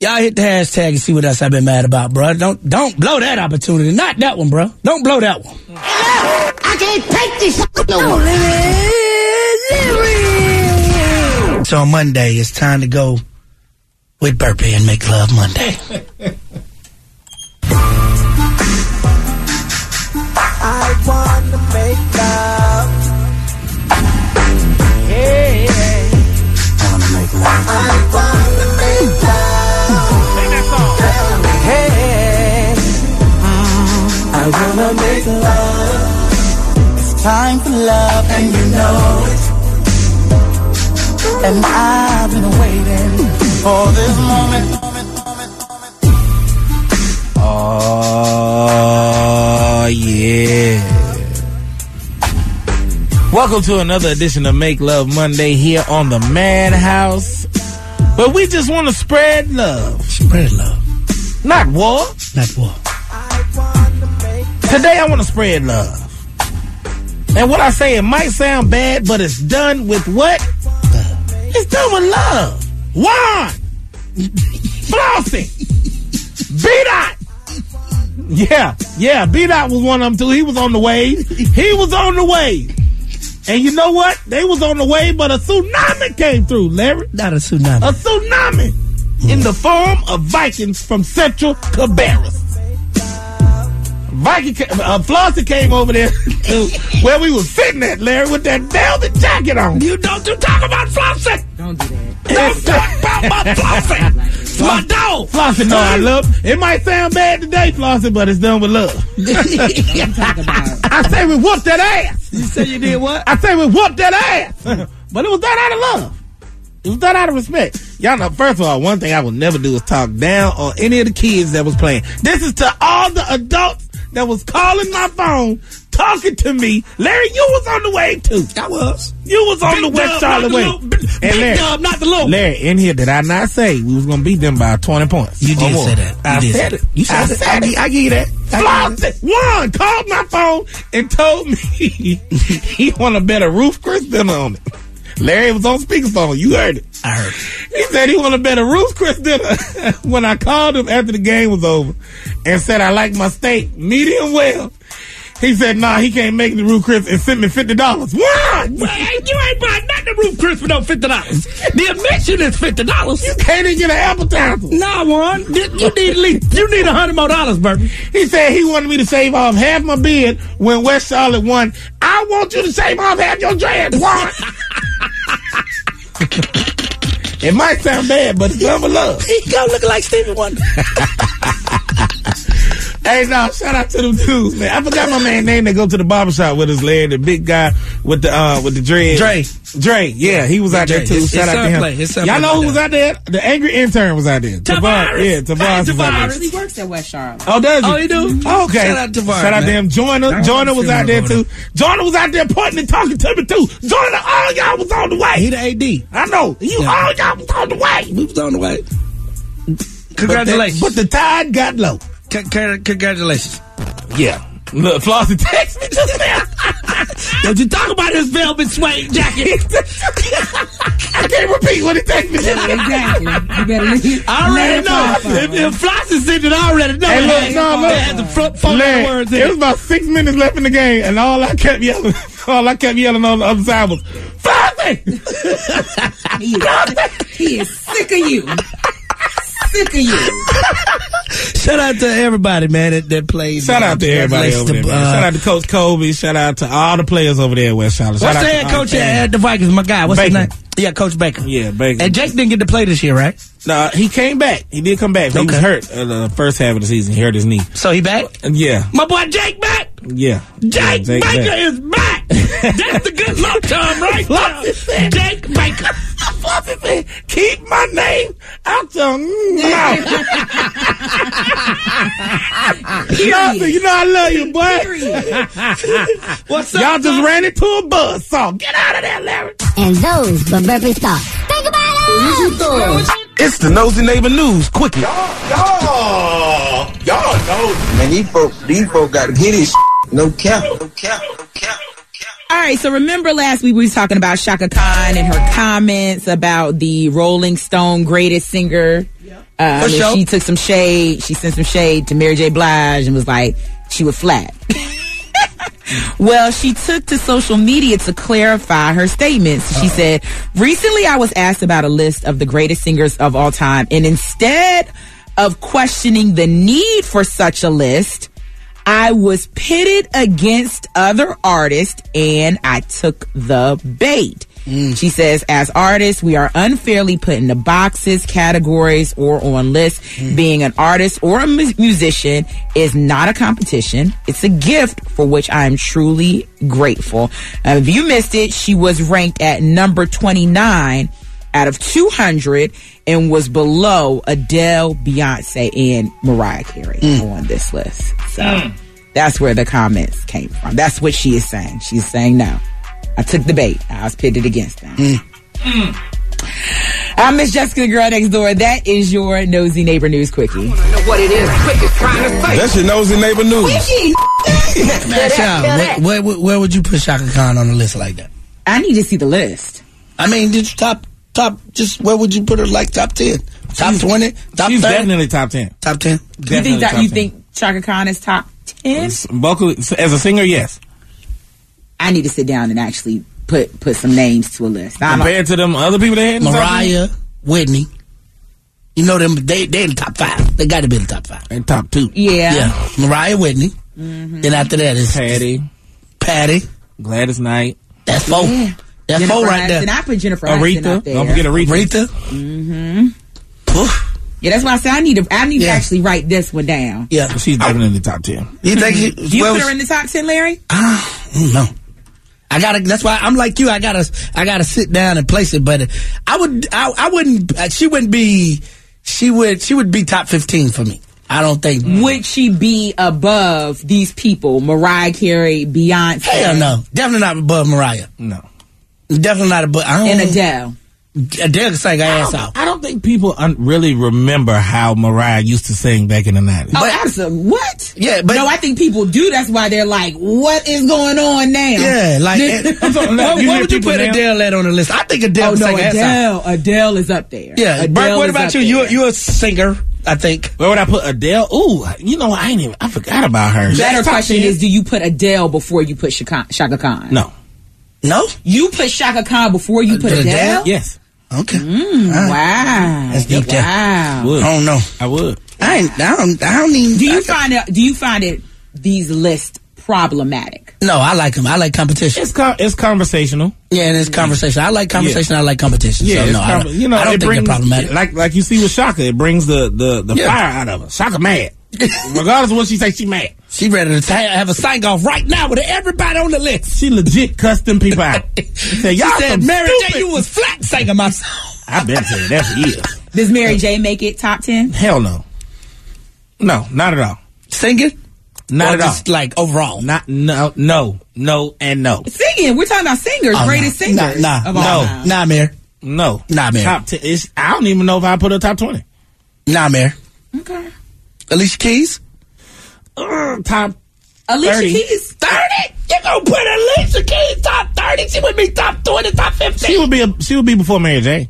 Speaker 2: Y'all hit the hashtag and see what else I've been mad about, bro. Don't, don't blow that opportunity. Not that one, bro. Don't blow that one.
Speaker 12: Look, I can't take this no more. Lyrics.
Speaker 2: So on Monday, it's time to go with Burpee and make love Monday.
Speaker 13: I want to make love. Yeah. I want to make love. I want to make love. Sing that song. Hey. I want to make love. It's time for love, and you know it. And I've been waiting for this moment.
Speaker 5: Oh, yeah. Welcome to another edition of Make Love Monday here on the Madhouse. But we just want to spread love.
Speaker 2: Spread love.
Speaker 5: Not war.
Speaker 2: Not war.
Speaker 5: Today I want to spread love. And what I say, it might sound bad, but it's done with what? It's done with love. Juan. Flossie. B Dot. Yeah, yeah. B Dot was one of them too. He was on the wave. He was on the wave. And you know what? They was on the wave, but a tsunami came through, Larry.
Speaker 2: Not a tsunami.
Speaker 5: A tsunami in the form of Vikings from Central Cabarrus. Viking, uh, Flossie came over there to where we was sitting at, Larry, with that velvet jacket on.
Speaker 2: You don't you talk about Flossie?
Speaker 3: Don't do that.
Speaker 2: Don't talk about my Flossie. my dog.
Speaker 5: Flossie, no, I love. It might sound bad today, Flossie, but it's done with love. I say we whooped that ass.
Speaker 2: You say you did what?
Speaker 5: I say we whooped that ass, but it was done out of love. It was done out of respect. Y'all know, first of all, one thing I will never do is talk down on any of the kids that was playing. This is to all the adults that was calling my phone, talking to me. Larry, you was on the way too.
Speaker 2: I was.
Speaker 5: You was on
Speaker 2: Big
Speaker 5: the West
Speaker 2: dub,
Speaker 5: Charlotte
Speaker 2: not the
Speaker 5: way.
Speaker 2: little- b-
Speaker 5: and
Speaker 2: big
Speaker 5: Larry,
Speaker 2: dub, not the little.
Speaker 5: Larry, in here, did I not say we was gonna beat them by twenty points?
Speaker 2: You
Speaker 5: or
Speaker 2: did
Speaker 5: more?
Speaker 2: say that. You
Speaker 5: I
Speaker 2: did
Speaker 5: said
Speaker 2: say
Speaker 5: it.
Speaker 2: that. You said
Speaker 5: I
Speaker 2: that.
Speaker 5: said
Speaker 2: I
Speaker 5: it.
Speaker 2: gi- I give you that. I
Speaker 5: Flossed it. One called my phone and told me he want a better roof Chris than on it. Larry was on speakerphone. You heard it. I heard it. He said he wanted a better Ruth's Chris dinner. when I called him after the game was over and said I like my steak medium well, he said, nah, he can't make the Ruth Chris and sent me $50. What?
Speaker 13: You ain't buying nothing to Ruth Chris for no fifty dollars. The admission is fifty dollars. You
Speaker 5: can't even get an appetizer.
Speaker 13: Nah, one. You you need at least you need a hundred more dollars, Burton.
Speaker 5: He said he wanted me to shave off half my beard when West Charlotte won. I want you to shave off half your dreads, Warren. it might sound bad, but it's love for love.
Speaker 13: He gonna look like Stevie Wonder.
Speaker 5: Hey, no, shout out to them dudes, man. I forgot my man name that go to the barbershop with us, Larry, the big guy with the uh with the dread.
Speaker 2: Dre.
Speaker 5: Dre, yeah, he was out there
Speaker 2: Dre.
Speaker 5: too.
Speaker 2: It's-
Speaker 5: shout out
Speaker 2: it's
Speaker 5: to him.
Speaker 2: Sunplay. It's Sunplay
Speaker 5: Y'all know
Speaker 2: right
Speaker 5: who was out there? The angry intern was out there. Tavares. Yeah, Tavares was out there.
Speaker 3: He works at West Charlotte.
Speaker 5: Oh, does he?
Speaker 3: Oh, he do?
Speaker 5: Okay.
Speaker 3: Shout out to Tavares,
Speaker 5: Shout out to
Speaker 3: man.
Speaker 5: him.
Speaker 3: I
Speaker 5: Joyner.
Speaker 3: don't
Speaker 5: Joyner
Speaker 3: feel
Speaker 5: was out there,
Speaker 3: no
Speaker 5: too. Joyner was out there pointing and talking to me, too. Joyner, all y'all was on the way. He
Speaker 2: the
Speaker 5: AD. I know. You
Speaker 2: Yeah.
Speaker 5: all y'all was on the way.
Speaker 2: We was on the way.
Speaker 5: Congratulations. But the, tide got low.
Speaker 2: congratulations.
Speaker 5: Yeah. Look, Flossie text me just now.
Speaker 13: Don't you talk about his velvet suede jacket.
Speaker 5: I can't repeat what it takes me.
Speaker 13: exactly. You better I
Speaker 5: let
Speaker 13: already
Speaker 5: it
Speaker 13: know.
Speaker 5: fly,
Speaker 13: If, if Flossie said it, I already know.
Speaker 5: Hey,
Speaker 13: it
Speaker 5: look,
Speaker 13: had-
Speaker 5: no, look.
Speaker 13: it had the front phone
Speaker 5: Man,
Speaker 13: words in
Speaker 5: it was about six minutes left in the game, and all I kept yelling, all I kept yelling on the other side was, Flossie!
Speaker 3: He is, he is sick of you. sick of you.
Speaker 2: Shout out to everybody, man, that, that played.
Speaker 5: Shout out to everybody over there.
Speaker 2: Congratulations to,
Speaker 5: man.
Speaker 2: uh,
Speaker 5: shout out to Coach Kobe. Shout out to all the players over there at West Charlotte. Shout
Speaker 2: What's the
Speaker 5: out to
Speaker 2: head
Speaker 5: all
Speaker 2: coach
Speaker 5: fans.
Speaker 2: at, at the Vikings? My guy, what's
Speaker 5: Baker.
Speaker 2: his name? Yeah, Coach Baker.
Speaker 5: Yeah, Baker.
Speaker 2: And Jake didn't get to play this year, right?
Speaker 5: Nah, he came back. He did come back. But He was hurt uh, the first half of the season. He hurt his knee. Uh,
Speaker 2: So he back?
Speaker 5: Yeah,
Speaker 13: My boy Jake back.
Speaker 5: yeah.
Speaker 13: Jake,
Speaker 5: Yeah,
Speaker 13: Baker
Speaker 5: Jake back.
Speaker 13: is back. That's the good luck time right there. Jake Baker.
Speaker 5: Fluffy said, keep my name out your mouth. Fluffy, you know I love you, boy.
Speaker 13: What's
Speaker 5: up? Y'all just ran into a buzz saw. Get out of there, Larry.
Speaker 12: And those were Burpee thoughts. Think about it.
Speaker 8: It's the Nosy Neighbor News, quickie.
Speaker 11: Y'all, y'all know. Man, these folks, these folks gotta get his no cap.
Speaker 3: All right, so remember last week we was talking about Shaka Khan and her comments about the Rolling Stone greatest singer. Uh, I
Speaker 13: For
Speaker 3: mean,
Speaker 13: sure.
Speaker 3: She took some shade. She sent some shade to Mary J. Blige and was like, she was flat. Well, she took to social media to clarify her statements. She said, Recently I was asked about a list of the greatest singers of all time, and instead of questioning the need for such a list, I was pitted against other artists and I took the bait. She says, as artists, we are unfairly put into boxes, categories, or on lists. Being an artist or a mu- musician is not a competition. It's a gift for which I am truly grateful. Uh, if you missed it, she was ranked at number 29 out of 200 and was below Adele, Beyonce, and Mariah Carey on this list. So
Speaker 4: Mm.
Speaker 5: Mm,
Speaker 3: that's where the comments came from. That's what she is saying. She's saying, no, I took the bait. I was pitted against them.
Speaker 5: mm.
Speaker 3: I'm Miss Jessica, the girl next door. That is your nosy neighbor news quickie.
Speaker 7: Know what it is, quick as trying to say.
Speaker 8: That's your Nosy Neighbor News.
Speaker 2: Man, Sean, where, where, where would you put Shaka Khan on a list like that?
Speaker 3: I need to see the list.
Speaker 2: I mean, did you top top? Just where would you put her? Like top ten, top twenty, top
Speaker 5: She's
Speaker 2: 30?
Speaker 5: definitely top 10.
Speaker 2: top ten.
Speaker 3: You
Speaker 5: Definitely
Speaker 3: think that
Speaker 5: top
Speaker 3: you
Speaker 5: 10.
Speaker 3: think Chaka Khan is top ten?
Speaker 5: Vocal, as a singer, yes.
Speaker 3: I need to sit down and actually put put some names to a list. I don't-
Speaker 5: Compared to them other people they had. in the top
Speaker 2: Mariah, Whitney. You know them. They they in the top five. They got to be in the top five.
Speaker 5: In top two.
Speaker 3: Yeah.
Speaker 2: Yeah. Mariah, Whitney.
Speaker 7: Mm-hmm.
Speaker 2: Then after that is
Speaker 5: Patty.
Speaker 2: Patty.
Speaker 5: Gladys Knight.
Speaker 2: That's four. That's
Speaker 3: Jennifer
Speaker 2: four right there.
Speaker 3: Aniston. I put Jennifer Aniston
Speaker 5: Aretha.
Speaker 3: up there.
Speaker 5: Don't forget Aretha.
Speaker 2: Aretha.
Speaker 3: Mm-hmm. Yeah, that's why I said I need to. I need to actually write this one down. Mm-hmm.
Speaker 2: Yeah.
Speaker 5: She's definitely in the top 10.
Speaker 2: You think you,
Speaker 3: You
Speaker 2: well,
Speaker 3: put her in the top ten, Larry?
Speaker 2: No. I gotta. That's why I'm like you. I gotta. I gotta sit down and place it. But I would. I, I wouldn't. uh, She wouldn't be. She would. She would be top fifteen for me. I don't think.
Speaker 3: Would she be above these people? Mariah Carey, Beyonce,
Speaker 2: Hell no. Definitely not above Mariah.
Speaker 5: No.
Speaker 2: Definitely not above. I don't,
Speaker 3: and Adele. Oh,
Speaker 2: Adele can sing her ass off.
Speaker 5: I don't think people un- really remember how Mariah used to sing back in the 90s.
Speaker 3: oh, absolutely. What?
Speaker 2: Yeah, but
Speaker 3: no, I think people do. That's why they're like, "What is going on now?"
Speaker 2: Yeah, like, it- I'm talking
Speaker 3: what,
Speaker 2: about- you hear
Speaker 3: what would you
Speaker 2: people
Speaker 3: put
Speaker 2: now?
Speaker 3: Adele at on the list? I think Adele.
Speaker 2: Oh,
Speaker 3: can
Speaker 2: no,
Speaker 3: sing her ass
Speaker 2: Adele.
Speaker 3: off. Adele is up there.
Speaker 2: Yeah, Bert, what about you? You're, you're a singer, I think.
Speaker 5: Where would I put Adele? Ooh, you know, I ain't even, I forgot about her.
Speaker 3: Better
Speaker 5: She's top
Speaker 3: question
Speaker 5: 10.
Speaker 3: is, do you put Adele before you put Shaka, Shaka Khan?
Speaker 5: No.
Speaker 2: No?
Speaker 3: You put Shaka Khan before you put Adele? Mm,
Speaker 5: Yes.
Speaker 2: Okay.
Speaker 3: Wow.
Speaker 2: That's deep down.
Speaker 3: Wow.
Speaker 2: I don't know.
Speaker 5: I would.
Speaker 2: I, ain't, I don't. I don't even.
Speaker 3: Do you find out? Do you find it these lists problematic?
Speaker 2: No, I like them. I like competition.
Speaker 5: It's con- it's conversational.
Speaker 2: Yeah, and it's conversation. I like conversation. I like competition.
Speaker 5: Yeah,
Speaker 2: so,
Speaker 5: it's
Speaker 2: no, I
Speaker 5: prob-
Speaker 2: don't,
Speaker 5: you know,
Speaker 2: I don't
Speaker 5: it
Speaker 2: think
Speaker 5: brings,
Speaker 2: they're problematic.
Speaker 5: Like like you see with Shaka, it brings the the, the
Speaker 2: Yeah.
Speaker 5: fire out of her. Shaka mad, regardless of what she say, she mad.
Speaker 2: She ready to have a sing off right now with everybody on the list.
Speaker 5: She legit cussed them people out. She said,
Speaker 2: She
Speaker 5: "Y'all
Speaker 2: said,
Speaker 5: some
Speaker 2: "Mary
Speaker 5: stupid-"
Speaker 2: J, you was flat singing my song."
Speaker 5: I've been saying that for years.
Speaker 3: Does Mary J make it top ten?
Speaker 5: Hell no, no, not at all.
Speaker 2: Singing,
Speaker 5: not
Speaker 2: Or
Speaker 5: at all.
Speaker 2: just, Like overall,
Speaker 5: not no, no, no, and no.
Speaker 3: Singing. We're talking about singers,
Speaker 2: Oh,
Speaker 3: greatest
Speaker 2: nah,
Speaker 3: singers.
Speaker 2: Nah, nah,
Speaker 3: of all
Speaker 2: no,
Speaker 3: time.
Speaker 2: nah, Mayor.
Speaker 5: No,
Speaker 2: Nah, man.
Speaker 5: Top ten. It's, I don't even know if I put her top twenty.
Speaker 2: Nah, Mayor.
Speaker 3: Okay.
Speaker 2: Alicia Keys.
Speaker 5: Uh, top
Speaker 3: Alicia
Speaker 5: 30.
Speaker 3: Keys.
Speaker 2: Thirty. You gonna put Alicia Keys top thirty? She would be top twenty, top fifteen.
Speaker 5: She would be. A, she would be before Mary J.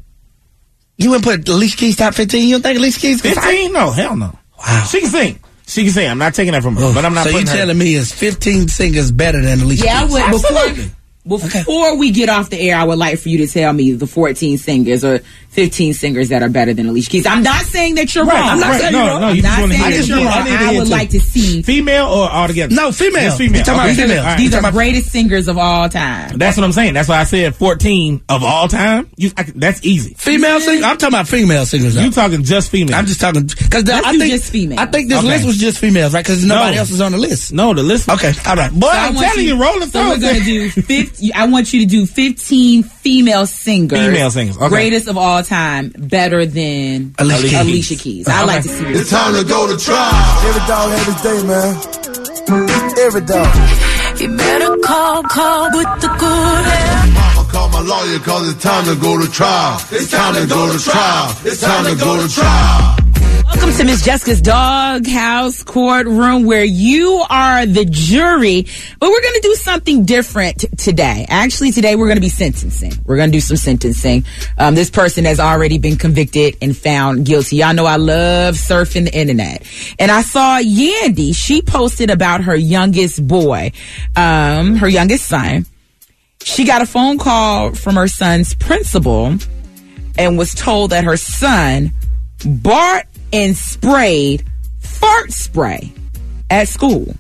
Speaker 2: You wouldn't put Alicia Keys top fifteen. You don't think Alicia Keys? can sing?
Speaker 5: Fifteen? No, hell no.
Speaker 2: Wow.
Speaker 5: She can sing. She can sing. I'm not taking that from her, but I'm not.
Speaker 2: Oh, so you
Speaker 5: putting her-
Speaker 2: telling me is fifteen singers better than Alicia
Speaker 3: Yeah, I
Speaker 2: Keys?
Speaker 3: would.
Speaker 5: Absolutely.
Speaker 3: Before, before we get off the air, I would like for you to tell me the 14 singers or 15 singers that are better than Alicia Keys. I'm not saying that you're
Speaker 5: Right,
Speaker 3: wrong.
Speaker 5: I'm not Right, saying no, you're wrong. no, you
Speaker 3: I'm
Speaker 5: just
Speaker 3: not
Speaker 5: wanna
Speaker 3: saying
Speaker 5: hear
Speaker 3: that
Speaker 5: it.
Speaker 3: you're wrong.
Speaker 5: I need to
Speaker 3: I
Speaker 5: hear
Speaker 3: would
Speaker 5: it
Speaker 3: would like to see.
Speaker 5: female or altogether?
Speaker 2: No, female.
Speaker 5: Just female.
Speaker 2: You talking about
Speaker 5: Okay.
Speaker 2: females.
Speaker 5: All right.
Speaker 3: These
Speaker 2: You
Speaker 3: are
Speaker 2: talking
Speaker 3: greatest singers of all time.
Speaker 5: That's what I'm saying. That's why I said 14 of all time. You, I, that's easy.
Speaker 2: Female singers? I'm talking about female singers. though.
Speaker 5: You talking just female?
Speaker 2: I'm just talking because
Speaker 3: Let's
Speaker 2: I
Speaker 3: do
Speaker 2: think
Speaker 3: just females.
Speaker 2: I think this
Speaker 5: Okay.
Speaker 2: list was just females, right? Because nobody
Speaker 5: No.
Speaker 2: else is on the list.
Speaker 5: no. The list.
Speaker 2: Okay, all right.
Speaker 5: Boy,
Speaker 2: But
Speaker 3: So I
Speaker 5: I'm
Speaker 3: want
Speaker 5: telling you, Rolling
Speaker 3: So we're
Speaker 5: Stones.
Speaker 3: gonna do 50. I want you to do 15 female singers.
Speaker 5: Female singers, okay.
Speaker 3: Greatest of all time, better than
Speaker 2: Alicia Keys.
Speaker 3: Alicia Keys. I like to see.
Speaker 11: It's time to go to trial.
Speaker 14: Every dog had his day, man. Every dog.
Speaker 7: You better call, call with the good hair.
Speaker 11: Mama called my lawyer cause it's time to go to trial. It's time to go to trial. It's time to go to trial.
Speaker 3: Welcome to Miss Jessica's Doghouse Courtroom, where you are the jury, but we're going to do something different t- today. Actually, today we're going to be sentencing. We're going to do some sentencing. Um, this person has already been convicted and found guilty. Y'all know I love surfing the internet, and I saw Yandy. She posted about her youngest boy, um, her youngest son. She got a phone call from her son's principal and was told that her son bought and sprayed fart spray at school.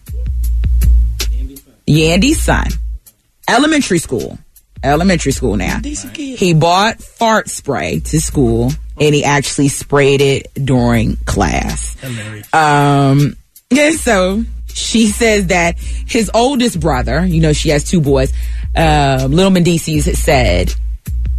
Speaker 3: Yandy's son. Elementary school. Elementary school now. He bought fart spray to school and he actually sprayed it during class. Um, yeah, so she says that his oldest brother, you know, she has two boys, um, Little Mendices said,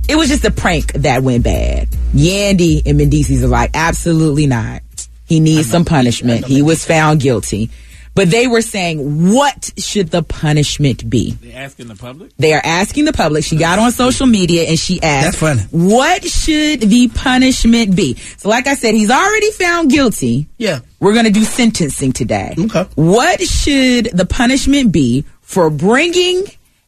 Speaker 3: it was just a prank that went bad. Yandy and Mendices are like, absolutely not. He needs some punishment. He was found guilty. But they were saying, what should the punishment be?
Speaker 5: They asking the public.
Speaker 3: They are asking the public. She got on social media and she asked,
Speaker 2: That's funny.
Speaker 3: What should the punishment be? So, like I said, he's already found guilty.
Speaker 2: Yeah.
Speaker 3: We're going to do sentencing today.
Speaker 2: Okay.
Speaker 3: What should the punishment be for bringing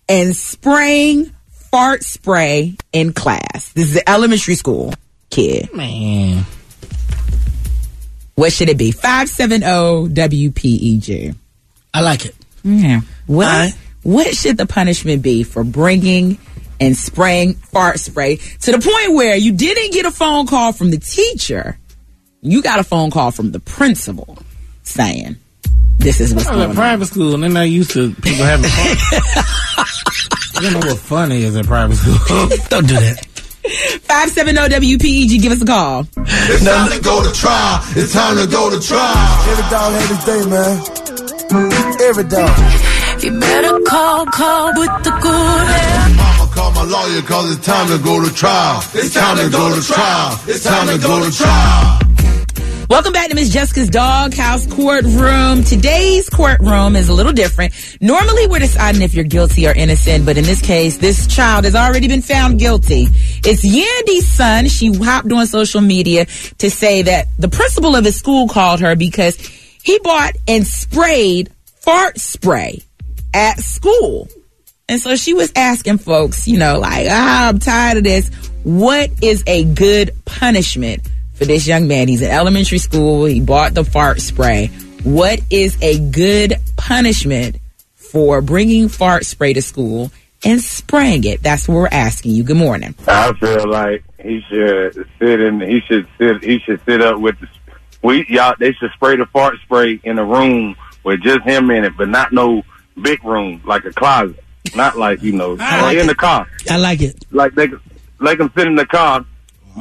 Speaker 3: and spraying fart spray in class? This is an elementary school kid.
Speaker 5: Man,
Speaker 3: What should it be? 570 WPEG.
Speaker 2: I like it.
Speaker 3: E Yeah. What
Speaker 2: Alright.
Speaker 3: what should the punishment be for bringing and spraying fart spray to the point where you didn't get a phone call from the teacher, you got a phone call from the principal saying, "This is what's
Speaker 5: I was at
Speaker 3: going on."
Speaker 5: private school and they're not used to people having fun. you know what fun is at private school.
Speaker 2: Don't do that.
Speaker 3: Five seven oh zero WPEG. E Give us a call.
Speaker 11: It's time to go to trial. It's time to go to trial.
Speaker 14: Every dog had his day, man. Every dog.
Speaker 7: You better call, call with the good hair.
Speaker 11: Mama called my lawyer cause it's time to go to trial. It's time to go to trial. It's time to go to trial.
Speaker 3: Welcome back to Miss Jessica's Doghouse Courtroom. Today's courtroom is a little different. Normally, we're deciding if you're guilty or innocent, but in this case, this child has already been found guilty. It's Yandy's son. She hopped on social media to say that the principal of his school called her because he bought and sprayed fart spray at school. And so she was asking folks, you know, like, ah, I'm tired of this. What is a good punishment for this young man? He's in elementary school. He bought the fart spray. What is a good punishment for bringing fart spray to school and spraying it? That's what we're asking you. Good morning.
Speaker 9: I feel like he should sit in. He should sit. He should sit up with the. We y'all. They should spray the fart spray in a room with just him in it, but not no big room like a closet. Not like you know, or in the car.
Speaker 15: I like it. Oh,
Speaker 9: Like they let him sit in the car,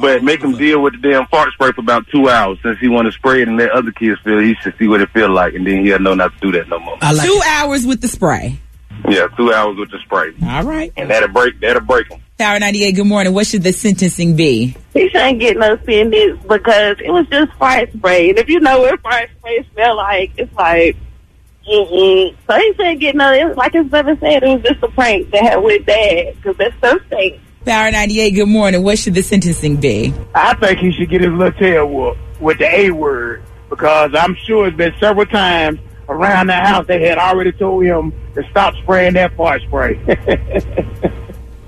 Speaker 9: but make him deal with the damn fart spray for about two hours since he want to spray it and let other kids feel. it, He should see what it feel like, and then he'll know not to do that no more.
Speaker 3: Two hours with the spray.
Speaker 9: Yeah, two hours with the spray.
Speaker 3: All right,
Speaker 9: and that'll break. That'll break him.
Speaker 3: Tower 98, good morning. What should the sentencing be?
Speaker 4: He shouldn't get no sentence because it was just fart spray. And if you know what fart spray smell like, it's like, mm-mm. So he shouldn't get no, it was like his brother said, it was just a prank that had with dad because that's so fake.
Speaker 3: Power 98, good morning. What should the sentencing be?
Speaker 16: I think he should get his little tail whooped with the A word because I'm sure it's been several times around the house they had already told him to stop spraying that fart spray.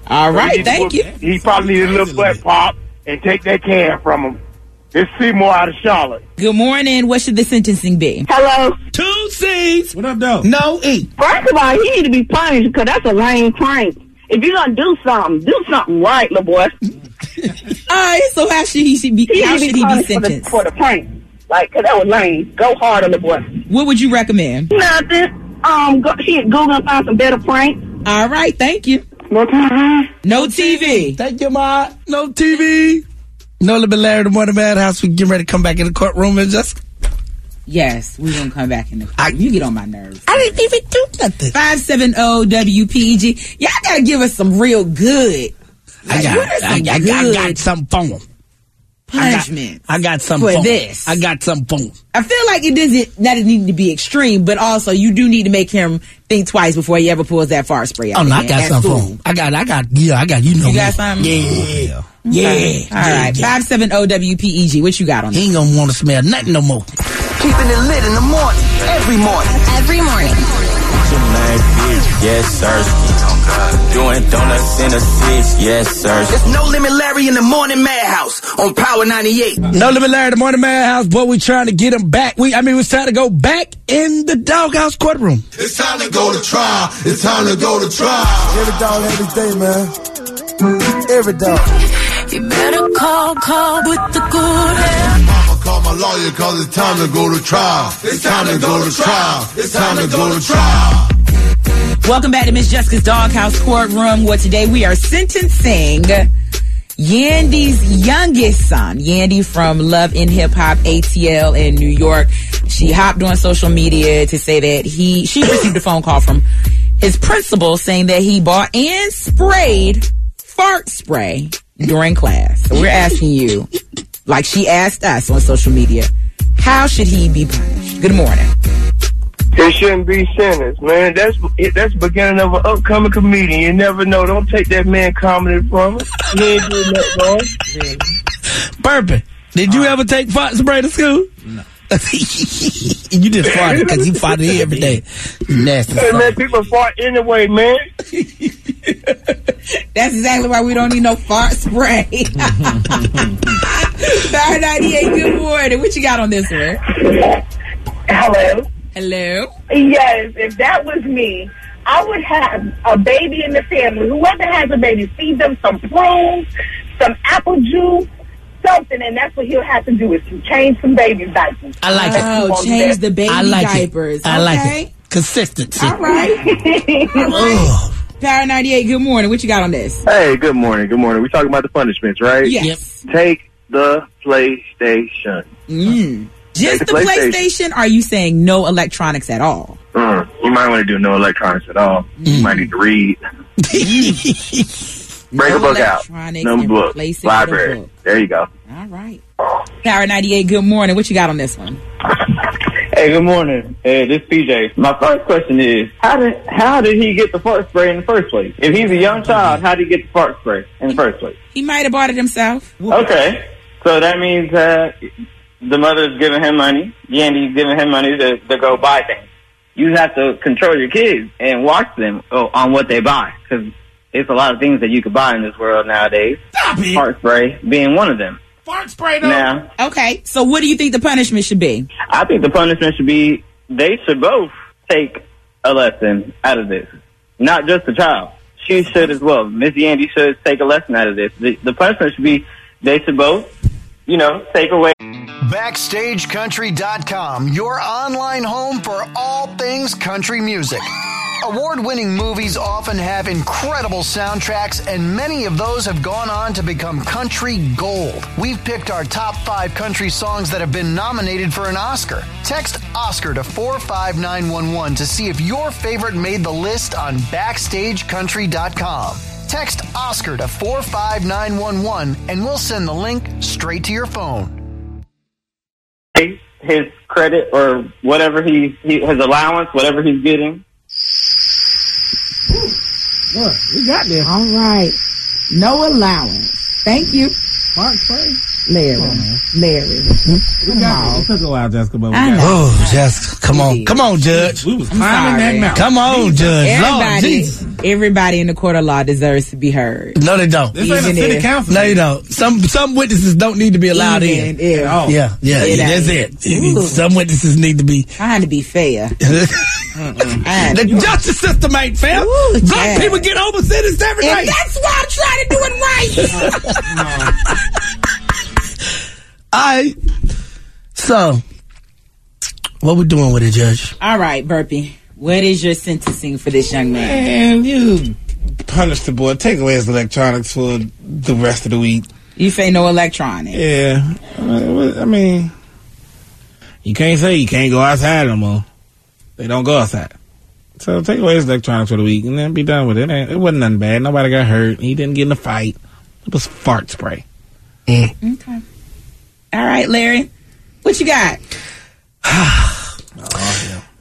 Speaker 3: All
Speaker 16: right, thank you. He probably needs a little butt pop and take that can from him. It's Seymour out of Charlotte.
Speaker 3: Good morning. What should the sentencing be?
Speaker 4: Hello.
Speaker 5: Two C's. What up, though?
Speaker 2: No E.
Speaker 4: First of all, he need to be punished because that's a lame prank. If you're gonna do something, do something right, little boy.
Speaker 3: All right, so how should he should be?
Speaker 4: He
Speaker 3: how
Speaker 4: need
Speaker 3: should
Speaker 4: to
Speaker 3: he be
Speaker 4: punished for the-
Speaker 3: sentenced?
Speaker 4: for the prank? Like, 'cause that was lame. Go hard on the boy.
Speaker 3: What would you recommend?
Speaker 4: Nothing. Um, go, she Google and find some better prank.
Speaker 3: All right, thank you.
Speaker 4: No time.
Speaker 3: No TV.
Speaker 2: Thank you, Ma. No TV. No little bit Larry the Morning Madhouse. We getting ready to come back in the courtroom and just.
Speaker 3: Yes, we're gonna come back in the. I, you get on my nerves. I didn't even do nothing. Five seven oh zero WPEG. Y'all gotta give us some real good.
Speaker 15: I got, I, I, I got some phone.
Speaker 3: Punishment
Speaker 15: I got some
Speaker 3: for
Speaker 15: phone.
Speaker 3: this.
Speaker 15: I got some phone.
Speaker 3: I feel like it doesn't that it need to be extreme, but also you do need to make him think twice before he ever pulls that fart spray. out
Speaker 15: Oh, no, I
Speaker 3: again
Speaker 15: got
Speaker 3: at
Speaker 15: some
Speaker 3: school.
Speaker 15: phone. I got, I got, yeah, I got, you know.
Speaker 3: You
Speaker 15: me.
Speaker 3: got something?
Speaker 15: Yeah. Yeah.
Speaker 3: Okay. All right. Five seven oh zero WPEG. E What you got on?
Speaker 15: He ain't gonna want to smell nothing no more.
Speaker 1: Keeping it lit in the morning. Every morning.
Speaker 7: Every morning.
Speaker 17: Yes, sir. Doing donuts in a six. Yes, sir.
Speaker 1: It's No Limit Larry in the Morning Madhouse on Power 98.
Speaker 2: No limit, Larry. The morning madhouse, boy. We trying to get him back. We, I mean, we trying to go back in the doghouse courtroom.
Speaker 11: It's time to go to trial. It's time to go to trial.
Speaker 14: Every dog, every day, man. Every dog.
Speaker 7: You better call, call with the good help.
Speaker 11: Mama call my lawyer cause it's time to go to trial. It's time to go to trial. It's time to go to trial.
Speaker 3: Welcome back to Miss Jessica's Doghouse Courtroom, where today we are sentencing Yandy's youngest son, Yandy from Love in Hip Hop ATL in New York. She hopped on social media to say that he she received a phone call from his principal saying that he bought and sprayed fart spray during class. So we're asking you, like she asked us on social media, how should he be punished? Good morning.
Speaker 18: It shouldn't be sentenced, man. That's that's beginning of an upcoming comedian. You never know. Don't take that man comedy from him. He ain't doing nothing wrong.
Speaker 2: Burping. Did you ever take fart spray to school? No. you just farted because you farted here every day. You Nasty.
Speaker 18: Hey, man, people fart anyway, man.
Speaker 3: That's exactly why we don't need no fart spray. Power 98, good morning. What you got on this one?
Speaker 4: Hello.
Speaker 3: Hello.
Speaker 4: Yes, if that was me, I would have a baby in the family. Whoever has a baby, feed them some prunes, some apple juice, something, and that's what he'll have to do is to change some baby diapers.
Speaker 15: I like
Speaker 3: Oh,
Speaker 15: it.
Speaker 4: That's what he wants to do.
Speaker 15: I like It. I like it. Consistency.
Speaker 3: All right. All right. Power 98, good morning. What you got on this?
Speaker 9: Hey, good morning. Good morning. We talking about the punishments, right?
Speaker 3: Yes.
Speaker 9: Take the PlayStation.
Speaker 3: Mm. Just the
Speaker 9: the PlayStation.
Speaker 3: PlayStation? Are you saying no electronics at all?
Speaker 9: Mm, you might want to do no electronics at all. You might need to read. Break
Speaker 3: No
Speaker 9: a book out.
Speaker 3: electronics
Speaker 9: No
Speaker 3: Mm. and
Speaker 9: book.
Speaker 3: replace it with a
Speaker 9: Library.
Speaker 3: book.
Speaker 9: There you go.
Speaker 3: All right. Power 98, good morning. What you got on this one?
Speaker 19: Hey, good morning. Hey, this is PJ. My first question is, how did how did he get the fart spray in the first place? If he's a young child, how did he get the fart spray in the first place?
Speaker 3: He might have bought it himself.
Speaker 19: Okay, so that means uh, the mother's giving him money, Yandy's giving him money to, to go buy things. You have to control your kids and watch them uh, on what they buy because it's a lot of things that you could buy in this world nowadays. Fart spray being one of them.
Speaker 5: Fart spray though.
Speaker 19: Now,
Speaker 3: Okay, so what do you think the punishment should be?
Speaker 19: I think the punishment should be they should both take a lesson out of this, not just the child. She should as well. Miss Yandy should take a lesson out of this. The, the punishment should be they should both, you know, take away.
Speaker 20: BackstageCountry.com, your online home for all things country music. Award winning movies often have incredible soundtracks, and many of those have gone on to become country gold. We've picked our top five country songs that have been nominated for an Oscar. Text Oscar to 45911 to see if your favorite made the list on BackstageCountry.com. Text Oscar to 45911 and we'll send the link straight to your phone.
Speaker 19: his credit or whatever he, he his allowance, whatever he's getting.
Speaker 3: Look, we got this. All right. No allowance. Thank you.
Speaker 2: Fart spray?
Speaker 3: Larry. Larry.
Speaker 5: We got it. It took a while, Jessica, but we got it.
Speaker 2: Oh, just come on, come on, Judge.
Speaker 5: We was
Speaker 3: I'm
Speaker 5: climbing that
Speaker 3: sorry.
Speaker 5: mountain.
Speaker 2: Come on, Judge. Lord,
Speaker 3: Everybody,
Speaker 2: Jesus.
Speaker 3: everybody in the court of law deserves to be heard.
Speaker 2: No, they don't.
Speaker 3: This ain't a Even city if- council.
Speaker 2: No, they don't. Some some witnesses don't need to be allowed
Speaker 3: Even
Speaker 2: in.
Speaker 3: if- At all.
Speaker 2: Yeah, yeah,
Speaker 3: It
Speaker 2: yeah, that's
Speaker 3: ain't.
Speaker 2: it. Some witnesses need to be.
Speaker 3: Trying to be fair.
Speaker 2: the justice system ain't fair. Black people get over sentenced every day.
Speaker 21: And that's
Speaker 3: why I'm trying to do it
Speaker 21: right.
Speaker 2: I. So, what we doing with it, Judge?
Speaker 3: All right, Burpee. What is your sentencing for this young man?
Speaker 5: Man, you punish the boy. Take away his electronics for the rest of the week.
Speaker 3: You say no electronics.
Speaker 5: Yeah. I mean, you can't say you can't go outside no more. They don't go outside. So take away his electronics for the week and then be done with it. It, ain't- it wasn't nothing bad. Nobody got hurt. He didn't get in a fight. It was fart spray.
Speaker 3: Okay. All right, Larry. What you got?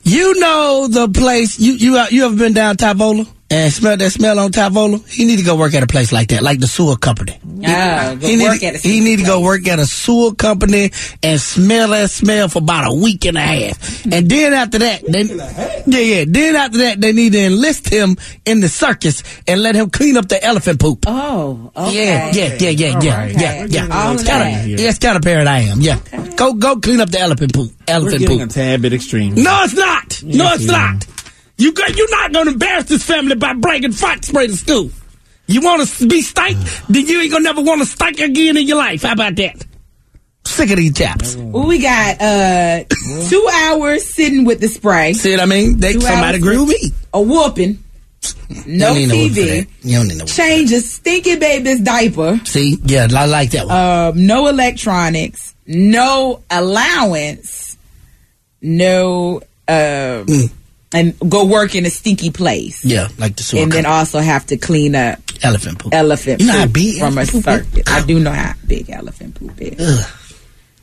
Speaker 2: You know the place you you uh, you ever been down Tavola and smelled that smell on Tavola? He need to go work at a place like that, like the sewer company.
Speaker 3: Yeah, go
Speaker 2: he need,
Speaker 3: work
Speaker 2: to-
Speaker 3: at it.
Speaker 2: he need to go work at a sewer company and smell that smell for about a week and a half, and then after that, they, yeah, yeah, then after that, they need to enlist him in the circus and let him clean up the elephant poop.
Speaker 3: Oh,
Speaker 2: yeah, yeah, yeah, yeah, yeah, yeah, yeah.
Speaker 5: All
Speaker 2: It's kind
Speaker 5: that.
Speaker 2: of yeah, it's kind of parent I am. Yeah, go go clean up the elephant poop.
Speaker 5: We're
Speaker 2: Elephant
Speaker 5: getting
Speaker 2: poop.
Speaker 5: a tad bit extreme.
Speaker 2: No, it's not. no,
Speaker 5: Yes,
Speaker 2: it's
Speaker 5: you are.
Speaker 2: not. You go, you're not going to embarrass this family by bringing fight spray to school. You want to be stank? then you ain't going to never want to stank again in your life. How about that? Sick of these chaps.
Speaker 3: Well, we got uh two hours sitting with the spray.
Speaker 2: See what I mean? They,
Speaker 3: Two hours
Speaker 2: somebody agree with me.
Speaker 3: A whooping. No TV.
Speaker 2: You don't need no
Speaker 3: Change a stinky baby's diaper.
Speaker 2: See? Yeah, I like that one.
Speaker 3: Um, no electronics. No allowance. No. Um,
Speaker 2: Mm.
Speaker 3: And go work in a stinky place.
Speaker 2: Yeah, like the sewer
Speaker 3: and then
Speaker 2: company.
Speaker 3: also have to clean up
Speaker 2: elephant poop.
Speaker 3: elephant
Speaker 2: Oh. You know how
Speaker 3: poop
Speaker 2: big
Speaker 3: from a
Speaker 2: elephant poop
Speaker 3: circus. I do know how big elephant poop is.
Speaker 2: Ugh.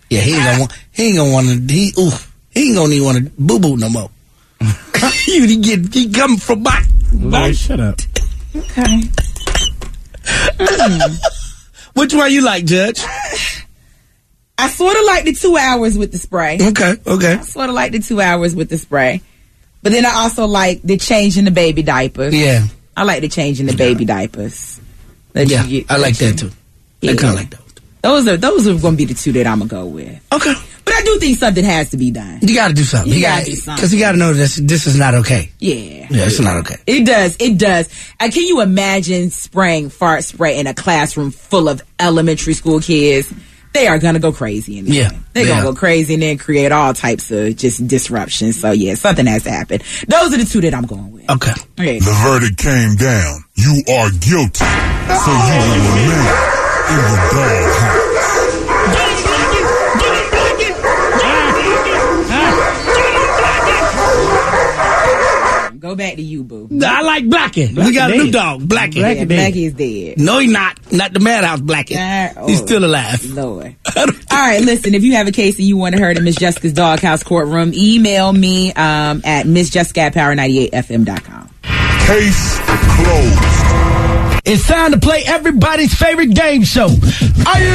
Speaker 2: Yeah, he ain't gonna want. He ain't gonna want to. He oof. He ain't gonna even want to boo boo no more. you didn't get. He come from my.
Speaker 5: Larry, shut up.
Speaker 3: Okay. Mm.
Speaker 2: Which one you like, Judge?
Speaker 3: I sort of like the two hours with the spray.
Speaker 2: Okay, okay.
Speaker 3: I sort of like the two hours with the spray. But then I also like the change in the baby diapers.
Speaker 2: Yeah.
Speaker 3: I like the change in the baby diapers. That
Speaker 2: yeah,
Speaker 3: you get-
Speaker 2: I like that too. I kind
Speaker 3: Yeah.
Speaker 2: of like that.
Speaker 3: Those are those are going to be the two that I'm gonna go with.
Speaker 2: Okay,
Speaker 3: but I do think something has to be done.
Speaker 2: You got to do something.
Speaker 3: You
Speaker 2: You got
Speaker 3: gotta do something.
Speaker 2: because you got to know this. This is not okay.
Speaker 3: Yeah,
Speaker 2: Yeah, it's not okay.
Speaker 3: it does. It does. And can you imagine spraying fart spray in a classroom full of elementary school kids? They are gonna go crazy in there.
Speaker 2: Yeah,
Speaker 3: They're
Speaker 2: yeah.
Speaker 3: gonna go crazy and then create all types of just disruption. So yeah, something has to happen. Those are the two that I'm going with.
Speaker 2: Okay.
Speaker 3: Okay.
Speaker 4: The verdict came down. You are guilty. So you will remain in the doghouse.
Speaker 3: Go back to you, boo.
Speaker 15: I like Blackie. we
Speaker 3: Blackie
Speaker 15: got a new
Speaker 3: dead.
Speaker 15: dog, Blackie.
Speaker 3: Yeah, Blackie is dead.
Speaker 15: No, he not. Not the madhouse Blackie. He's
Speaker 3: oh.
Speaker 15: still alive.
Speaker 3: Lord. All right, listen, if you have a case and you want to heard in Miss Jessica's Doghouse Courtroom, email me um, at MissJessica at power98fm.com.
Speaker 15: Case closed. It's time to play everybody's favorite game show. Are you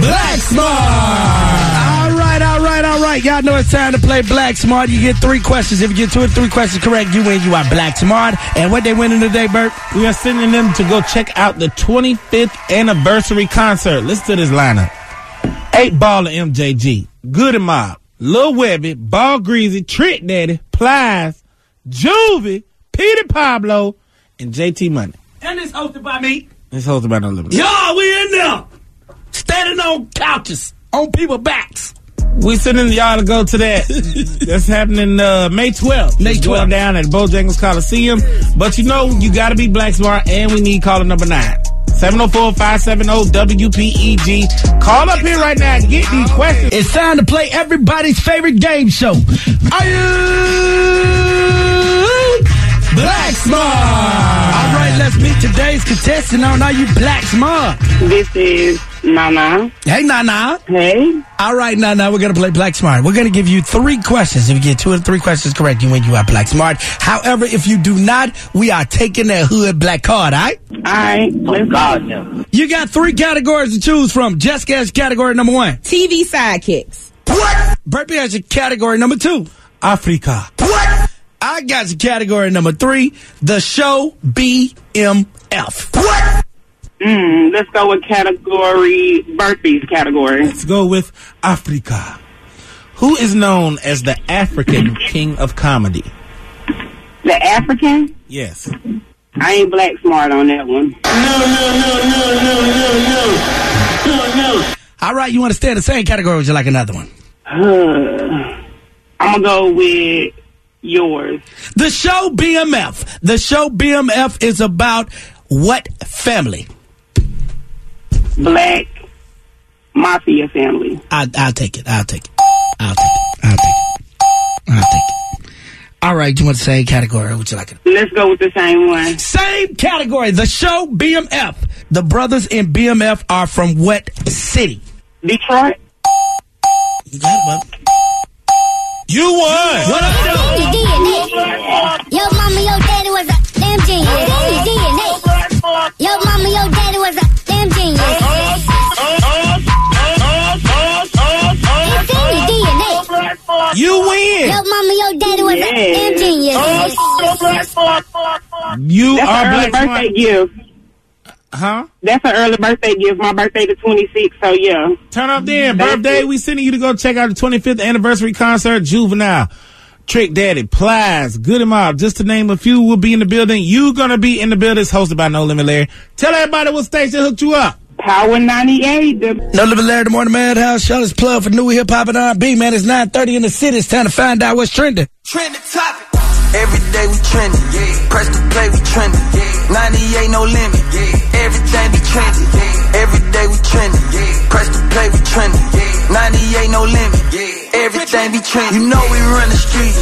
Speaker 2: Black Smart. All right, all right, all right. Y'all know it's time to play Black Smart. You get three questions. If you get two or three questions correct, you win. You are Black Smart. And what they winning today, Bert?
Speaker 5: We are sending them to go check out the 25th anniversary concert. Listen to this lineup. Eight Ball and MJG, Good and Mob, Lil Webby, Ball Greasy, Trick Daddy, Plies, Juvie, Peter Pablo, and JT Money.
Speaker 15: And it's hosted by me.
Speaker 5: This holds about no limit.
Speaker 15: Y'all, we in there. Standing on couches, on people backs.
Speaker 5: We sending y'all to go to that. That's happening uh, May 12th. May 12th. down at Bojangles Coliseum. But you know, you got to be Black Smart, and we need caller number nine. 704-570-WPEG. E Call up here right now and get these questions.
Speaker 15: It's time to play everybody's favorite game show. Are you
Speaker 2: Black Smart. All right, let's meet today's contestant on Are You Black Smart?
Speaker 6: This is Nana.
Speaker 2: Hey, Nana.
Speaker 6: Hey.
Speaker 2: All right, Nana, we're going to play Black Smart. We're going to give you three questions. If you get two or three questions correct, you win. You are Black Smart. However, if you do not, we are taking that hood black card, all right? All
Speaker 6: right. Oh, God, no.
Speaker 2: You got three categories to choose from. Jessica has category number one.
Speaker 3: TV sidekicks.
Speaker 2: What? Burpee has your category number two.
Speaker 5: Africa.
Speaker 2: What? I got your category number three. The show BMF. What?
Speaker 6: Mm, let's go with category burpees category.
Speaker 5: Let's go with Africa. Who is known as the African king of comedy?
Speaker 6: The African.
Speaker 5: Yes.
Speaker 6: I ain't black smart on that one.
Speaker 2: All right, you want to stay in the same category or would you like another one?
Speaker 6: Uh, I'm gonna go with yours.
Speaker 2: The show BMF. The show BMF is about what family?
Speaker 6: Black mafia family.
Speaker 2: I, I'll take it. I'll take it. I'll take it. I'll take it. I'll take it. All right, you want the same category? Or would you like it?
Speaker 6: Let's go with the same one.
Speaker 2: Same category. The show BMF. The brothers in BMF are from what city?
Speaker 6: Detroit.
Speaker 2: You got it, brother.
Speaker 5: You won. What up,
Speaker 12: Your mama, your daddy was a damn genius. DNA. Your mama, your daddy was a damn genius. It's in your DNA.
Speaker 5: You win. Oh,
Speaker 12: Your mama, your daddy was a damn genius.
Speaker 5: You
Speaker 6: That's
Speaker 5: are
Speaker 6: an early
Speaker 5: Black Smart.
Speaker 6: birthday gift.
Speaker 5: Huh?
Speaker 6: That's an early birthday gift. My birthday the 26th, so yeah.
Speaker 5: Turn up then. Birthday, we sending you to go check out the 25th anniversary concert, Juvenile. Trick Daddy, Plies, Good and Mob, just to name a few, will be in the building. You gonna be in the building. It's hosted by No Limit Larry. Tell everybody what station hooked you up.
Speaker 6: Power 98. The-
Speaker 2: No Living Larry, the Morning Madhouse. Shout us plug for new hip hop and R&B, man. It's 9.30 in the city. It's time to find out what's trending.
Speaker 8: Trending topic. Every day we trending. Yeah. Press the play, we trending. Yeah. 98 no limit. Yeah. Everything be trending. Yeah. Every day we trending. Yeah. Press the play, we trending. Yeah. 98 no limit. Yeah. Everything be trending. You know we run the streets.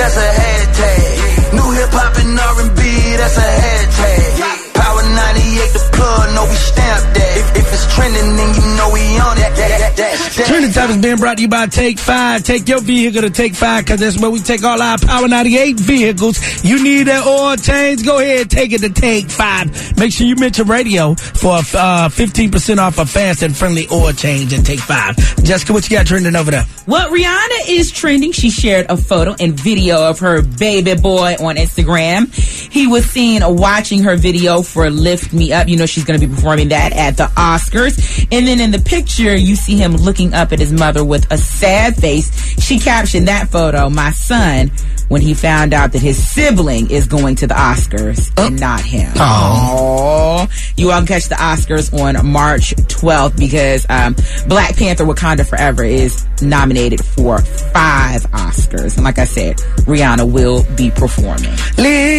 Speaker 8: That's a hashtag. New hip hop and R&B. That's a hashtag. Power 98 the plug. No, we stamp that. If, if it's trending, then you know we on it. That, that, that, that.
Speaker 2: Trending Top is being brought to you by Take 5. Take your vehicle to Take 5 because that's where we take all our Power 98 vehicles. You need that oil change? Go ahead and take it to Take 5. Make sure you mention radio for uh, 15% off a fast and friendly oil change at Take 5. Jessica, what you got trending over there?
Speaker 3: Well, Rihanna is trending. She shared a photo and video of her baby boy on Instagram. He was seen watching her video for Lift Me Up. You know, she's going to be performing that at the Oscars. And then in the picture, you see him looking up at his mother with a sad face. She captioned that photo, My son, when he found out that his sibling is going to the Oscars and not him. Oh. You all can catch the Oscars on March 12th because um, Black Panther Wakanda Forever is nominated for five Oscars. And like I said, Rihanna will be performing.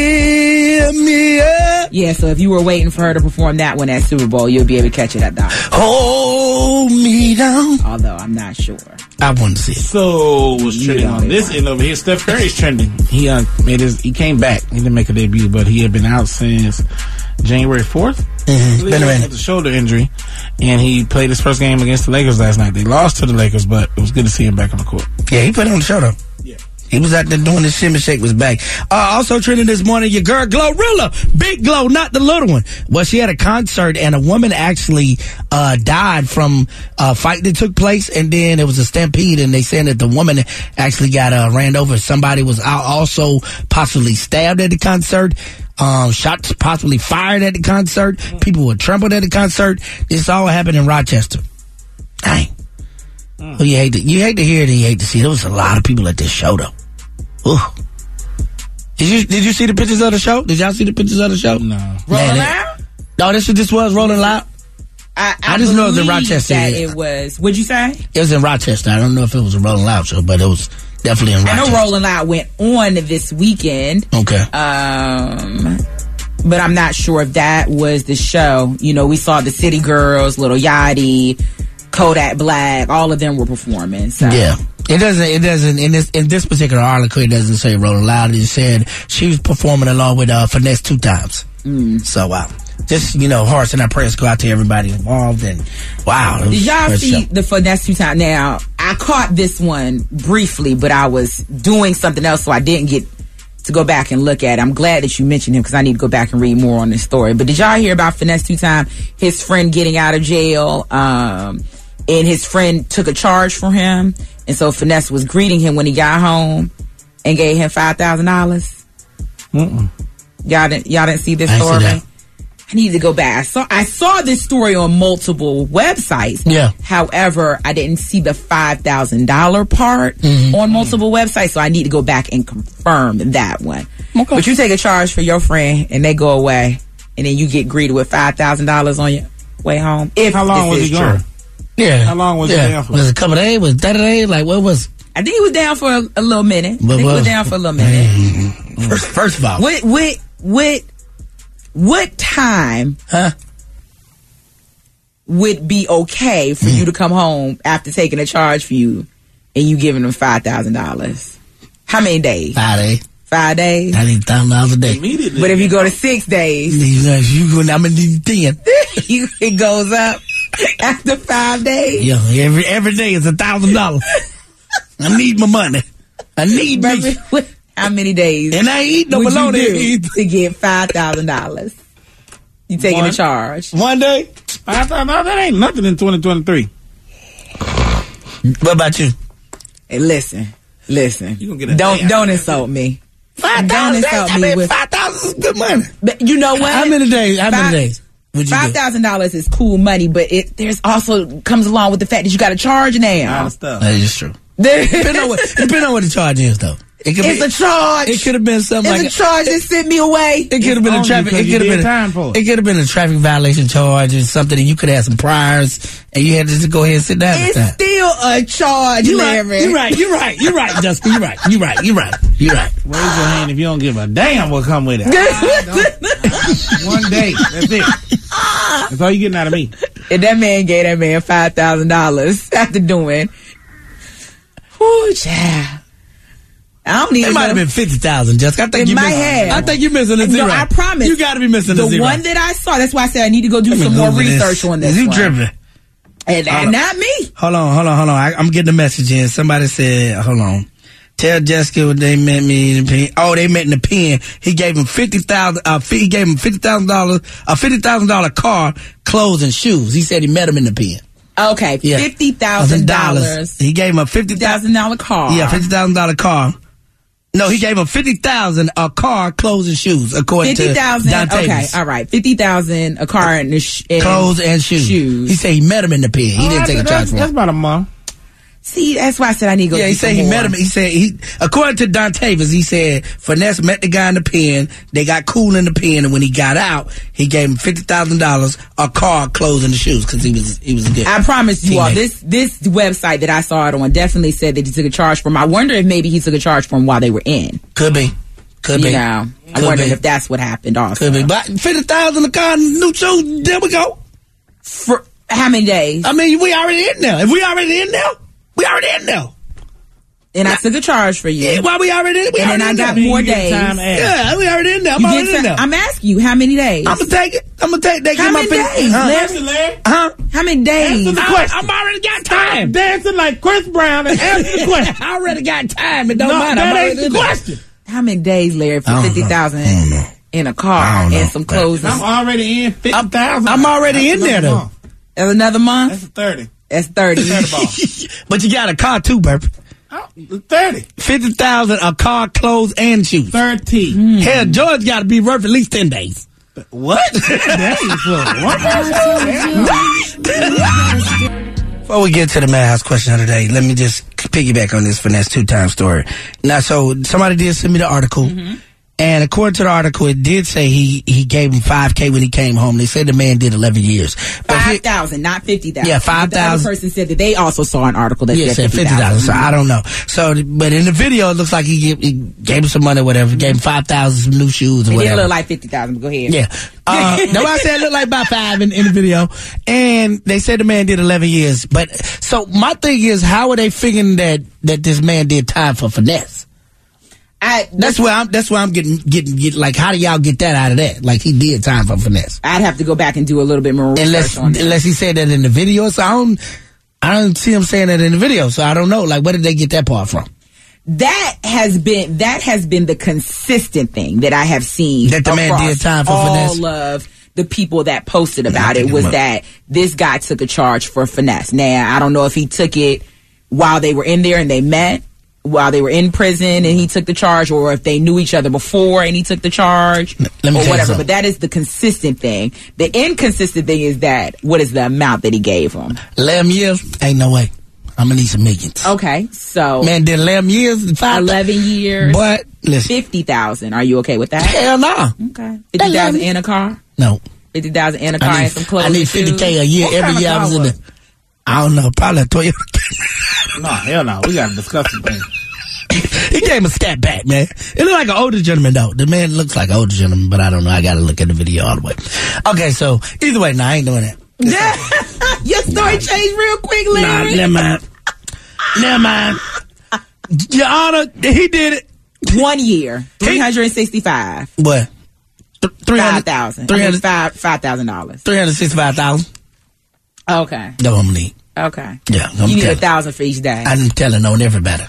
Speaker 2: Lift me up.
Speaker 3: Yeah, so if you were waiting for her to perform that one at Super Bowl, you'll be able to catch it at the Oscars.
Speaker 2: Hold me down.
Speaker 3: Although I'm not sure.
Speaker 2: I wanted to see it.
Speaker 5: So was trending on this end over here. Steph Curry's trending. He uh, made his. He came back. He didn't make a debut, but he had been out since January 4th
Speaker 2: Mhm. Been a minute.
Speaker 5: With a shoulder injury, and he played his first game against the Lakers last night. They lost to the Lakers, but it was good to see him back on the court.
Speaker 2: Yeah, he put on the show though. He was out there doing his shimmy shake was back. Uh, also trending this morning, your girl Glorilla, Big Glow, not the little one. Well, she had a concert and a woman actually uh, died from a fight that took place, and then it was a stampede, and they said that the woman actually got uh, ran over. Somebody was out also possibly stabbed at the concert. Um, shots possibly fired at the concert. People were trampled at the concert. This all happened in Rochester. Dang. Well, Oh, you hate to, you hate to hear it and you hate to see it. There was a lot of people at this show though. Ooh. Did you did you see the pictures of the show? Did y'all see the pictures of the show? No.
Speaker 3: Rolling
Speaker 2: No, this what this was rolling loud.
Speaker 3: I,
Speaker 2: I just know it was in
Speaker 3: believe
Speaker 2: Rochester,
Speaker 3: That
Speaker 2: yeah.
Speaker 3: it was. Would you say?
Speaker 2: It was in Rochester. I don't know if it was a rolling loud show, but it was definitely in
Speaker 3: I know
Speaker 2: Rochester.
Speaker 3: Rolling Loud went on this weekend.
Speaker 2: Okay.
Speaker 3: Um, but I'm not sure if that was the show. You know, we saw the City Girls, Little Yachty, Kodak Black. All of them were performing. So.
Speaker 2: Yeah. It doesn't. It doesn't. In this in this particular article, it doesn't say rolling loud. It just said she was performing along with uh, finesse two times. So wow. Just you know, hearts and our prayers go out to everybody involved. And wow, it was-
Speaker 3: Did y'all
Speaker 2: it was a show.
Speaker 3: see the finesse two time? Now I caught this one briefly, but I was doing something else, so I didn't get to go back and look at. it. I'm glad that you mentioned him because I need to go back and read more on this story. But did y'all hear about finesse two time? His friend getting out of jail, um, and his friend took a charge for him, and so finesse was greeting him when he got home and gave him five thousand dollars. Y'all didn't y'all didn't see this
Speaker 2: I ain't see
Speaker 3: story?
Speaker 2: that.
Speaker 3: I need to go back. I saw I saw this story on multiple websites.
Speaker 2: Yeah.
Speaker 3: However, I didn't see the five thousand dollar part
Speaker 2: Mm-hmm.
Speaker 3: on multiple websites, so I need to go back and confirm that one. But you take a charge for your friend and they go away, and then you get greeted with five thousand dollars on your way home. If
Speaker 5: How
Speaker 3: this
Speaker 5: long was
Speaker 3: is
Speaker 5: he
Speaker 3: true.
Speaker 5: gone?
Speaker 2: Yeah.
Speaker 5: How long was he down for?
Speaker 2: Was it a couple of days? Was that a day? Like what was?
Speaker 3: I think he was down for a, a little minute. I
Speaker 2: But
Speaker 3: think he was
Speaker 2: what-
Speaker 3: down for a little minute.
Speaker 2: First, first of all,
Speaker 3: What what what what time would be okay for you to come home after taking a charge for you and you giving them five thousand dollars? How many days?
Speaker 2: Five days.
Speaker 3: Five days.
Speaker 2: I need thousand dollars a day.
Speaker 5: Immediately.
Speaker 3: But if you go to six days,
Speaker 2: you go. I'm gonna need ten.
Speaker 3: you, it goes up after five days.
Speaker 2: Yeah, every every day is a thousand dollars. I need my money. I need me.
Speaker 3: How many days?
Speaker 2: And I ain't eat no
Speaker 3: would you
Speaker 2: bologna
Speaker 3: do
Speaker 2: either.
Speaker 3: to get five thousand dollars. You taking
Speaker 5: One-
Speaker 3: a charge?
Speaker 2: One day.
Speaker 5: I thought no, that ain't nothing in 2023.
Speaker 2: What about you?
Speaker 3: Hey, listen, listen.
Speaker 5: You gonna get a
Speaker 3: Don't
Speaker 5: day
Speaker 3: don't insult me.
Speaker 2: Five
Speaker 3: Don't
Speaker 2: thousand.
Speaker 3: insult
Speaker 2: I
Speaker 3: me
Speaker 2: mean,
Speaker 3: with
Speaker 2: five thousand is good money.
Speaker 3: But you know what?
Speaker 2: How many days? How
Speaker 3: Five-
Speaker 2: many days? Would you
Speaker 3: Five
Speaker 2: do?
Speaker 3: thousand dollars is cool money, but it there's also comes along with the fact that you got to charge now.
Speaker 2: That is true.
Speaker 3: There-
Speaker 2: depending, on what, depending on what the charge is, though. It could
Speaker 3: It's a charge.
Speaker 2: It could have been something
Speaker 3: It's
Speaker 2: like
Speaker 3: a charge that sent me away.
Speaker 2: Oh It could have been a traffic. It could have been a, It could have been a traffic violation charge or something, and you could have some priors, and you had to just go ahead and sit down.
Speaker 3: It's
Speaker 2: at that.
Speaker 3: still a charge,
Speaker 2: You right,
Speaker 3: Larry.
Speaker 2: you right, you right, you right, Justin. You right, you right, you right, you right.
Speaker 5: Raise your hand if you don't give a damn what come with it. One day, that's it. That's all you getting out of me.
Speaker 3: and that man gave that man five thousand dollars after doing. Whoo, child. I don't even
Speaker 2: It might
Speaker 3: know.
Speaker 2: have been fifty thousand, Jessica. I think
Speaker 3: It
Speaker 2: you
Speaker 3: might
Speaker 2: missing,
Speaker 3: have.
Speaker 2: I think you're missing a zero.
Speaker 3: No, I promise.
Speaker 2: You got to be missing
Speaker 3: the
Speaker 2: a zero.
Speaker 3: one that I saw. That's why I said I need to go do
Speaker 2: Let me
Speaker 3: some more
Speaker 2: Google
Speaker 3: research on this.
Speaker 2: You
Speaker 3: one.
Speaker 2: dribbling?
Speaker 3: And, and not me.
Speaker 2: Hold on, hold on, hold on. I, I'm getting a message in. Somebody said, hold on. Tell Jessica what they meant me in the pen. Oh, they meant in the pen. He gave him fifty thousand. Uh, fi- he gave him fifty thousand dollars. A fifty thousand dollar car, clothes, and shoes. He said he met him in the pen.
Speaker 3: Okay,
Speaker 2: Yeah.
Speaker 3: fifty thousand dollars.
Speaker 2: He gave him a fifty
Speaker 3: thousand dollar car.
Speaker 2: Yeah, fifty thousand dollar car. No, he gave him fifty thousand a car, clothes, and shoes. According
Speaker 3: Fifty
Speaker 2: to Don
Speaker 3: thousand. Okay,
Speaker 2: Tavis.
Speaker 3: all right. Fifty thousand a car and, a sh- and
Speaker 2: clothes and shoes. He said he met him in the pen. He
Speaker 3: Oh,
Speaker 2: didn't take a charge for. him.
Speaker 5: about a month.
Speaker 3: See, that's why I said I need to go.
Speaker 2: Yeah, he
Speaker 3: do some
Speaker 2: said he
Speaker 3: more.
Speaker 2: met him. He said he, according to Don Tavis, he said finesse met the guy in the pen. They got cool in the pen, and when he got out, he gave him fifty thousand dollars, a car, clothes, and the shoes because he was he was good.
Speaker 3: I promise you all,
Speaker 2: Teammate.
Speaker 3: this this website that I saw it on definitely said that he took a charge from. I wonder if maybe he took a charge from while they were in.
Speaker 2: could be, could
Speaker 3: you
Speaker 2: be.
Speaker 3: know, I
Speaker 2: Could
Speaker 3: wonder
Speaker 2: be.
Speaker 3: if that's what happened. Also,
Speaker 2: Could be, but fifty thousand a car, and new shoes. There we go.
Speaker 3: for how many days?
Speaker 2: I mean, we already in there. If we already in there, we
Speaker 22: We already in there.
Speaker 3: And I took a charge for you.
Speaker 22: Yeah, why we already in? We
Speaker 3: and then
Speaker 22: already
Speaker 3: I
Speaker 22: in
Speaker 3: got
Speaker 22: there.
Speaker 3: more
Speaker 22: You get
Speaker 3: days.
Speaker 22: time added. Yeah, we already in there. I'm
Speaker 3: You get
Speaker 22: already in
Speaker 3: time-
Speaker 22: there.
Speaker 3: I'm asking you, how many days? I'm
Speaker 22: gonna take it. I'm gonna take that.
Speaker 3: How
Speaker 22: Give my
Speaker 3: many
Speaker 22: fin-
Speaker 3: days,
Speaker 22: Huh?
Speaker 3: Larry?
Speaker 22: Huh?
Speaker 3: How many days?
Speaker 5: Answer the question. I'm already got time. Dancing like Chris Brown and answer the question.
Speaker 22: I already got time. It
Speaker 3: don't
Speaker 5: no,
Speaker 3: matter. I'm
Speaker 5: That
Speaker 3: already
Speaker 5: ain't the
Speaker 3: there.
Speaker 5: question.
Speaker 3: How many days, Larry, for fifty thousand in a car and some clothes?
Speaker 5: I'm already in fifty
Speaker 3: thousand.
Speaker 22: I'm already in there though.
Speaker 3: That's another month. That's
Speaker 5: thirty. Oh,
Speaker 3: That's thirty.
Speaker 22: but you got a car too, burp.
Speaker 5: 30.
Speaker 22: 50,000 a car, clothes, and shoes.
Speaker 5: 30.
Speaker 2: Hmm.
Speaker 22: Hell, George got to be worth at least 10 days.
Speaker 5: What?
Speaker 2: Before we get to the madhouse question of the day, let me just piggyback on this finesse two time story. Now, so somebody did send me the article,
Speaker 5: Mm-hmm.
Speaker 2: and according to the article, it did say he he gave him five k when he came home. They said the man did eleven years.
Speaker 3: Five thousand, not fifty thousand.
Speaker 2: Yeah,
Speaker 3: The other
Speaker 2: 5,000.
Speaker 3: person said that they also saw an article that
Speaker 2: yeah, it
Speaker 3: said
Speaker 2: said
Speaker 3: fifty
Speaker 2: fifty dollars. So
Speaker 3: thousand.
Speaker 2: I don't know. So, th- but in the video, it looks like he, give, he gave him some money, or whatever. Gave him five thousand some new shoes, or
Speaker 3: It
Speaker 2: whatever.
Speaker 3: did look like fifty thousand. Go ahead.
Speaker 2: Yeah. Uh, nobody said it looked like about five in, in the video. And they said the man did 11 years. But so my thing is, how are they figuring that, that this man did time for finesse?
Speaker 3: I,
Speaker 2: that's where I'm. That's where I'm getting getting get like. How do y'all get that out of that? Like he did time for finesse.
Speaker 3: I'd have to go back and do a little bit more research
Speaker 2: Unless
Speaker 3: on that.
Speaker 2: unless he said that in the video, so I don't. I don't see him saying that in the video, so I don't know. Like, where did they get that part from?
Speaker 3: That has been that has been the consistent thing that I have seen
Speaker 2: That the man
Speaker 3: across
Speaker 2: did time for
Speaker 3: all
Speaker 2: finesse?
Speaker 3: of the people that posted about it was
Speaker 2: about-
Speaker 3: that this guy took a charge for finesse. Now I don't know if he took it while they were in there and they met while they were in prison and he took the charge or if they knew each other before and he took the charge
Speaker 2: let me
Speaker 3: or
Speaker 2: tell you
Speaker 3: whatever
Speaker 2: something.
Speaker 3: but that is the consistent thing the inconsistent thing is that what is the amount that he gave him
Speaker 2: Eleven years? Ain't no way. I'm gonna need some millions.
Speaker 3: okay so
Speaker 2: Man did eleven years, five,
Speaker 3: 11 years.
Speaker 2: But listen,
Speaker 3: fifty thousand. Are you okay with that?
Speaker 2: Hell no.
Speaker 3: Okay, fifty thousand in a car.
Speaker 2: No.
Speaker 3: Fifty thousand in a car
Speaker 2: I need,
Speaker 3: and some clothes.
Speaker 2: I need 50K a year every year I was in the. I don't know, probably a Toyota.
Speaker 5: no, hell no. We got to discuss some things.
Speaker 2: he gave him a step back, man. It looked like an older gentleman, though. The man looks like an older gentleman, but I don't know. I got to look at the video all the way. Okay, so either way, nah, I ain't doing that.
Speaker 3: Your story changed real quick,
Speaker 2: Nah,
Speaker 3: Larry.
Speaker 2: never mind. never mind. Your Honor, he did it.
Speaker 3: One year, three hundred and sixty-five.
Speaker 2: What?
Speaker 3: Five thousand. Three
Speaker 2: 300
Speaker 3: hundred five five thousand dollars.
Speaker 2: 365000
Speaker 3: Okay.
Speaker 2: That's what I'm going to need.
Speaker 3: Okay.
Speaker 2: Yeah, I'm
Speaker 3: you need a
Speaker 2: telling.
Speaker 3: thousand for each day.
Speaker 2: I'm telling on everybody.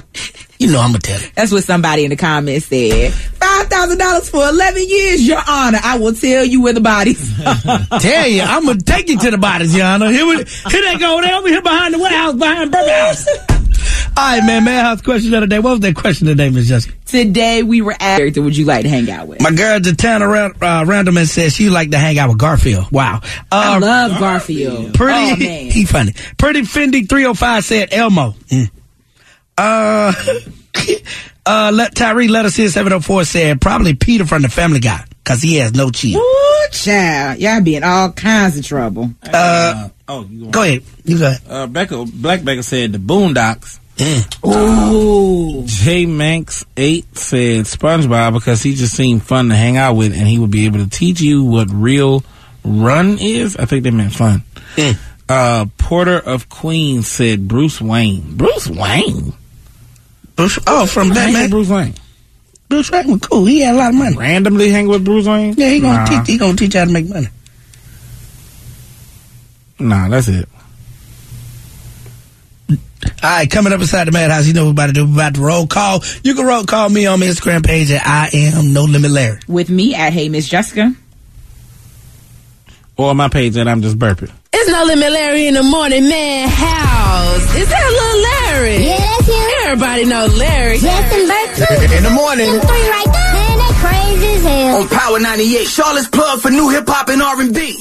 Speaker 2: You know I'm going to tell it.
Speaker 3: That's what somebody in the comments said. Five thousand dollars for eleven years, Your Honor. I will tell you where the bodies.
Speaker 2: Tell you, I'm gonna take you to the bodies, Your Honor. Here, we, here they go. They over here behind the warehouse, behind Burger House. All right, man. Man, house question of the day. What was that question today, Miss Jessica?
Speaker 3: Today we were at. Character would you like to hang out with?
Speaker 2: My girl Jatana Rand- uh, Randleman says she like to hang out with Garfield. Wow,
Speaker 3: I
Speaker 2: Um,
Speaker 3: love Garfield.
Speaker 2: Pretty,
Speaker 3: Oh, man.
Speaker 2: he funny. Pretty Fendi 305 said Elmo. Mm. Uh, uh, let, Tyree Letter 704 said probably Peter from the Family Guy because he has no chin.
Speaker 3: Ooh, child, y'all be in all kinds of trouble.
Speaker 2: Uh,
Speaker 5: oh, you
Speaker 2: go ahead. You go ahead.
Speaker 5: Uh, Becca, Black Becca said the Boondocks.
Speaker 3: Ooh.
Speaker 5: J Manx eight said SpongeBob because he just seemed fun to hang out with, and he would be able to teach you what real run is. I think they meant fun. Uh, Porter of Queens said Bruce Wayne. Bruce Wayne.
Speaker 2: Bruce, oh, from Batman.
Speaker 5: Bruce Wayne.
Speaker 2: Bruce Wayne was cool. He had a lot of money.
Speaker 5: Randomly hang with Bruce Wayne?
Speaker 2: Yeah, he gonna
Speaker 5: Nah.
Speaker 2: teach. He gonna teach you how to make money.
Speaker 5: Nah, that's it.
Speaker 2: All right, coming up inside the madhouse, you know what we're about to do. We're about to roll call. You can roll call me on my Instagram page at I am No Limit Larry.
Speaker 3: With me at Hey Miss Jessica.
Speaker 5: Or my page that I'm just burping.
Speaker 4: It's No Limit Larry in the morning, man. House. Is that little Larry? Yeah, that's him. Everybody know Larry. Justin Burke.
Speaker 1: In the morning.
Speaker 4: Three right there. Man, that crazy as hell.
Speaker 1: On Power 98, Charlotte's plug for new hip hop and R&B.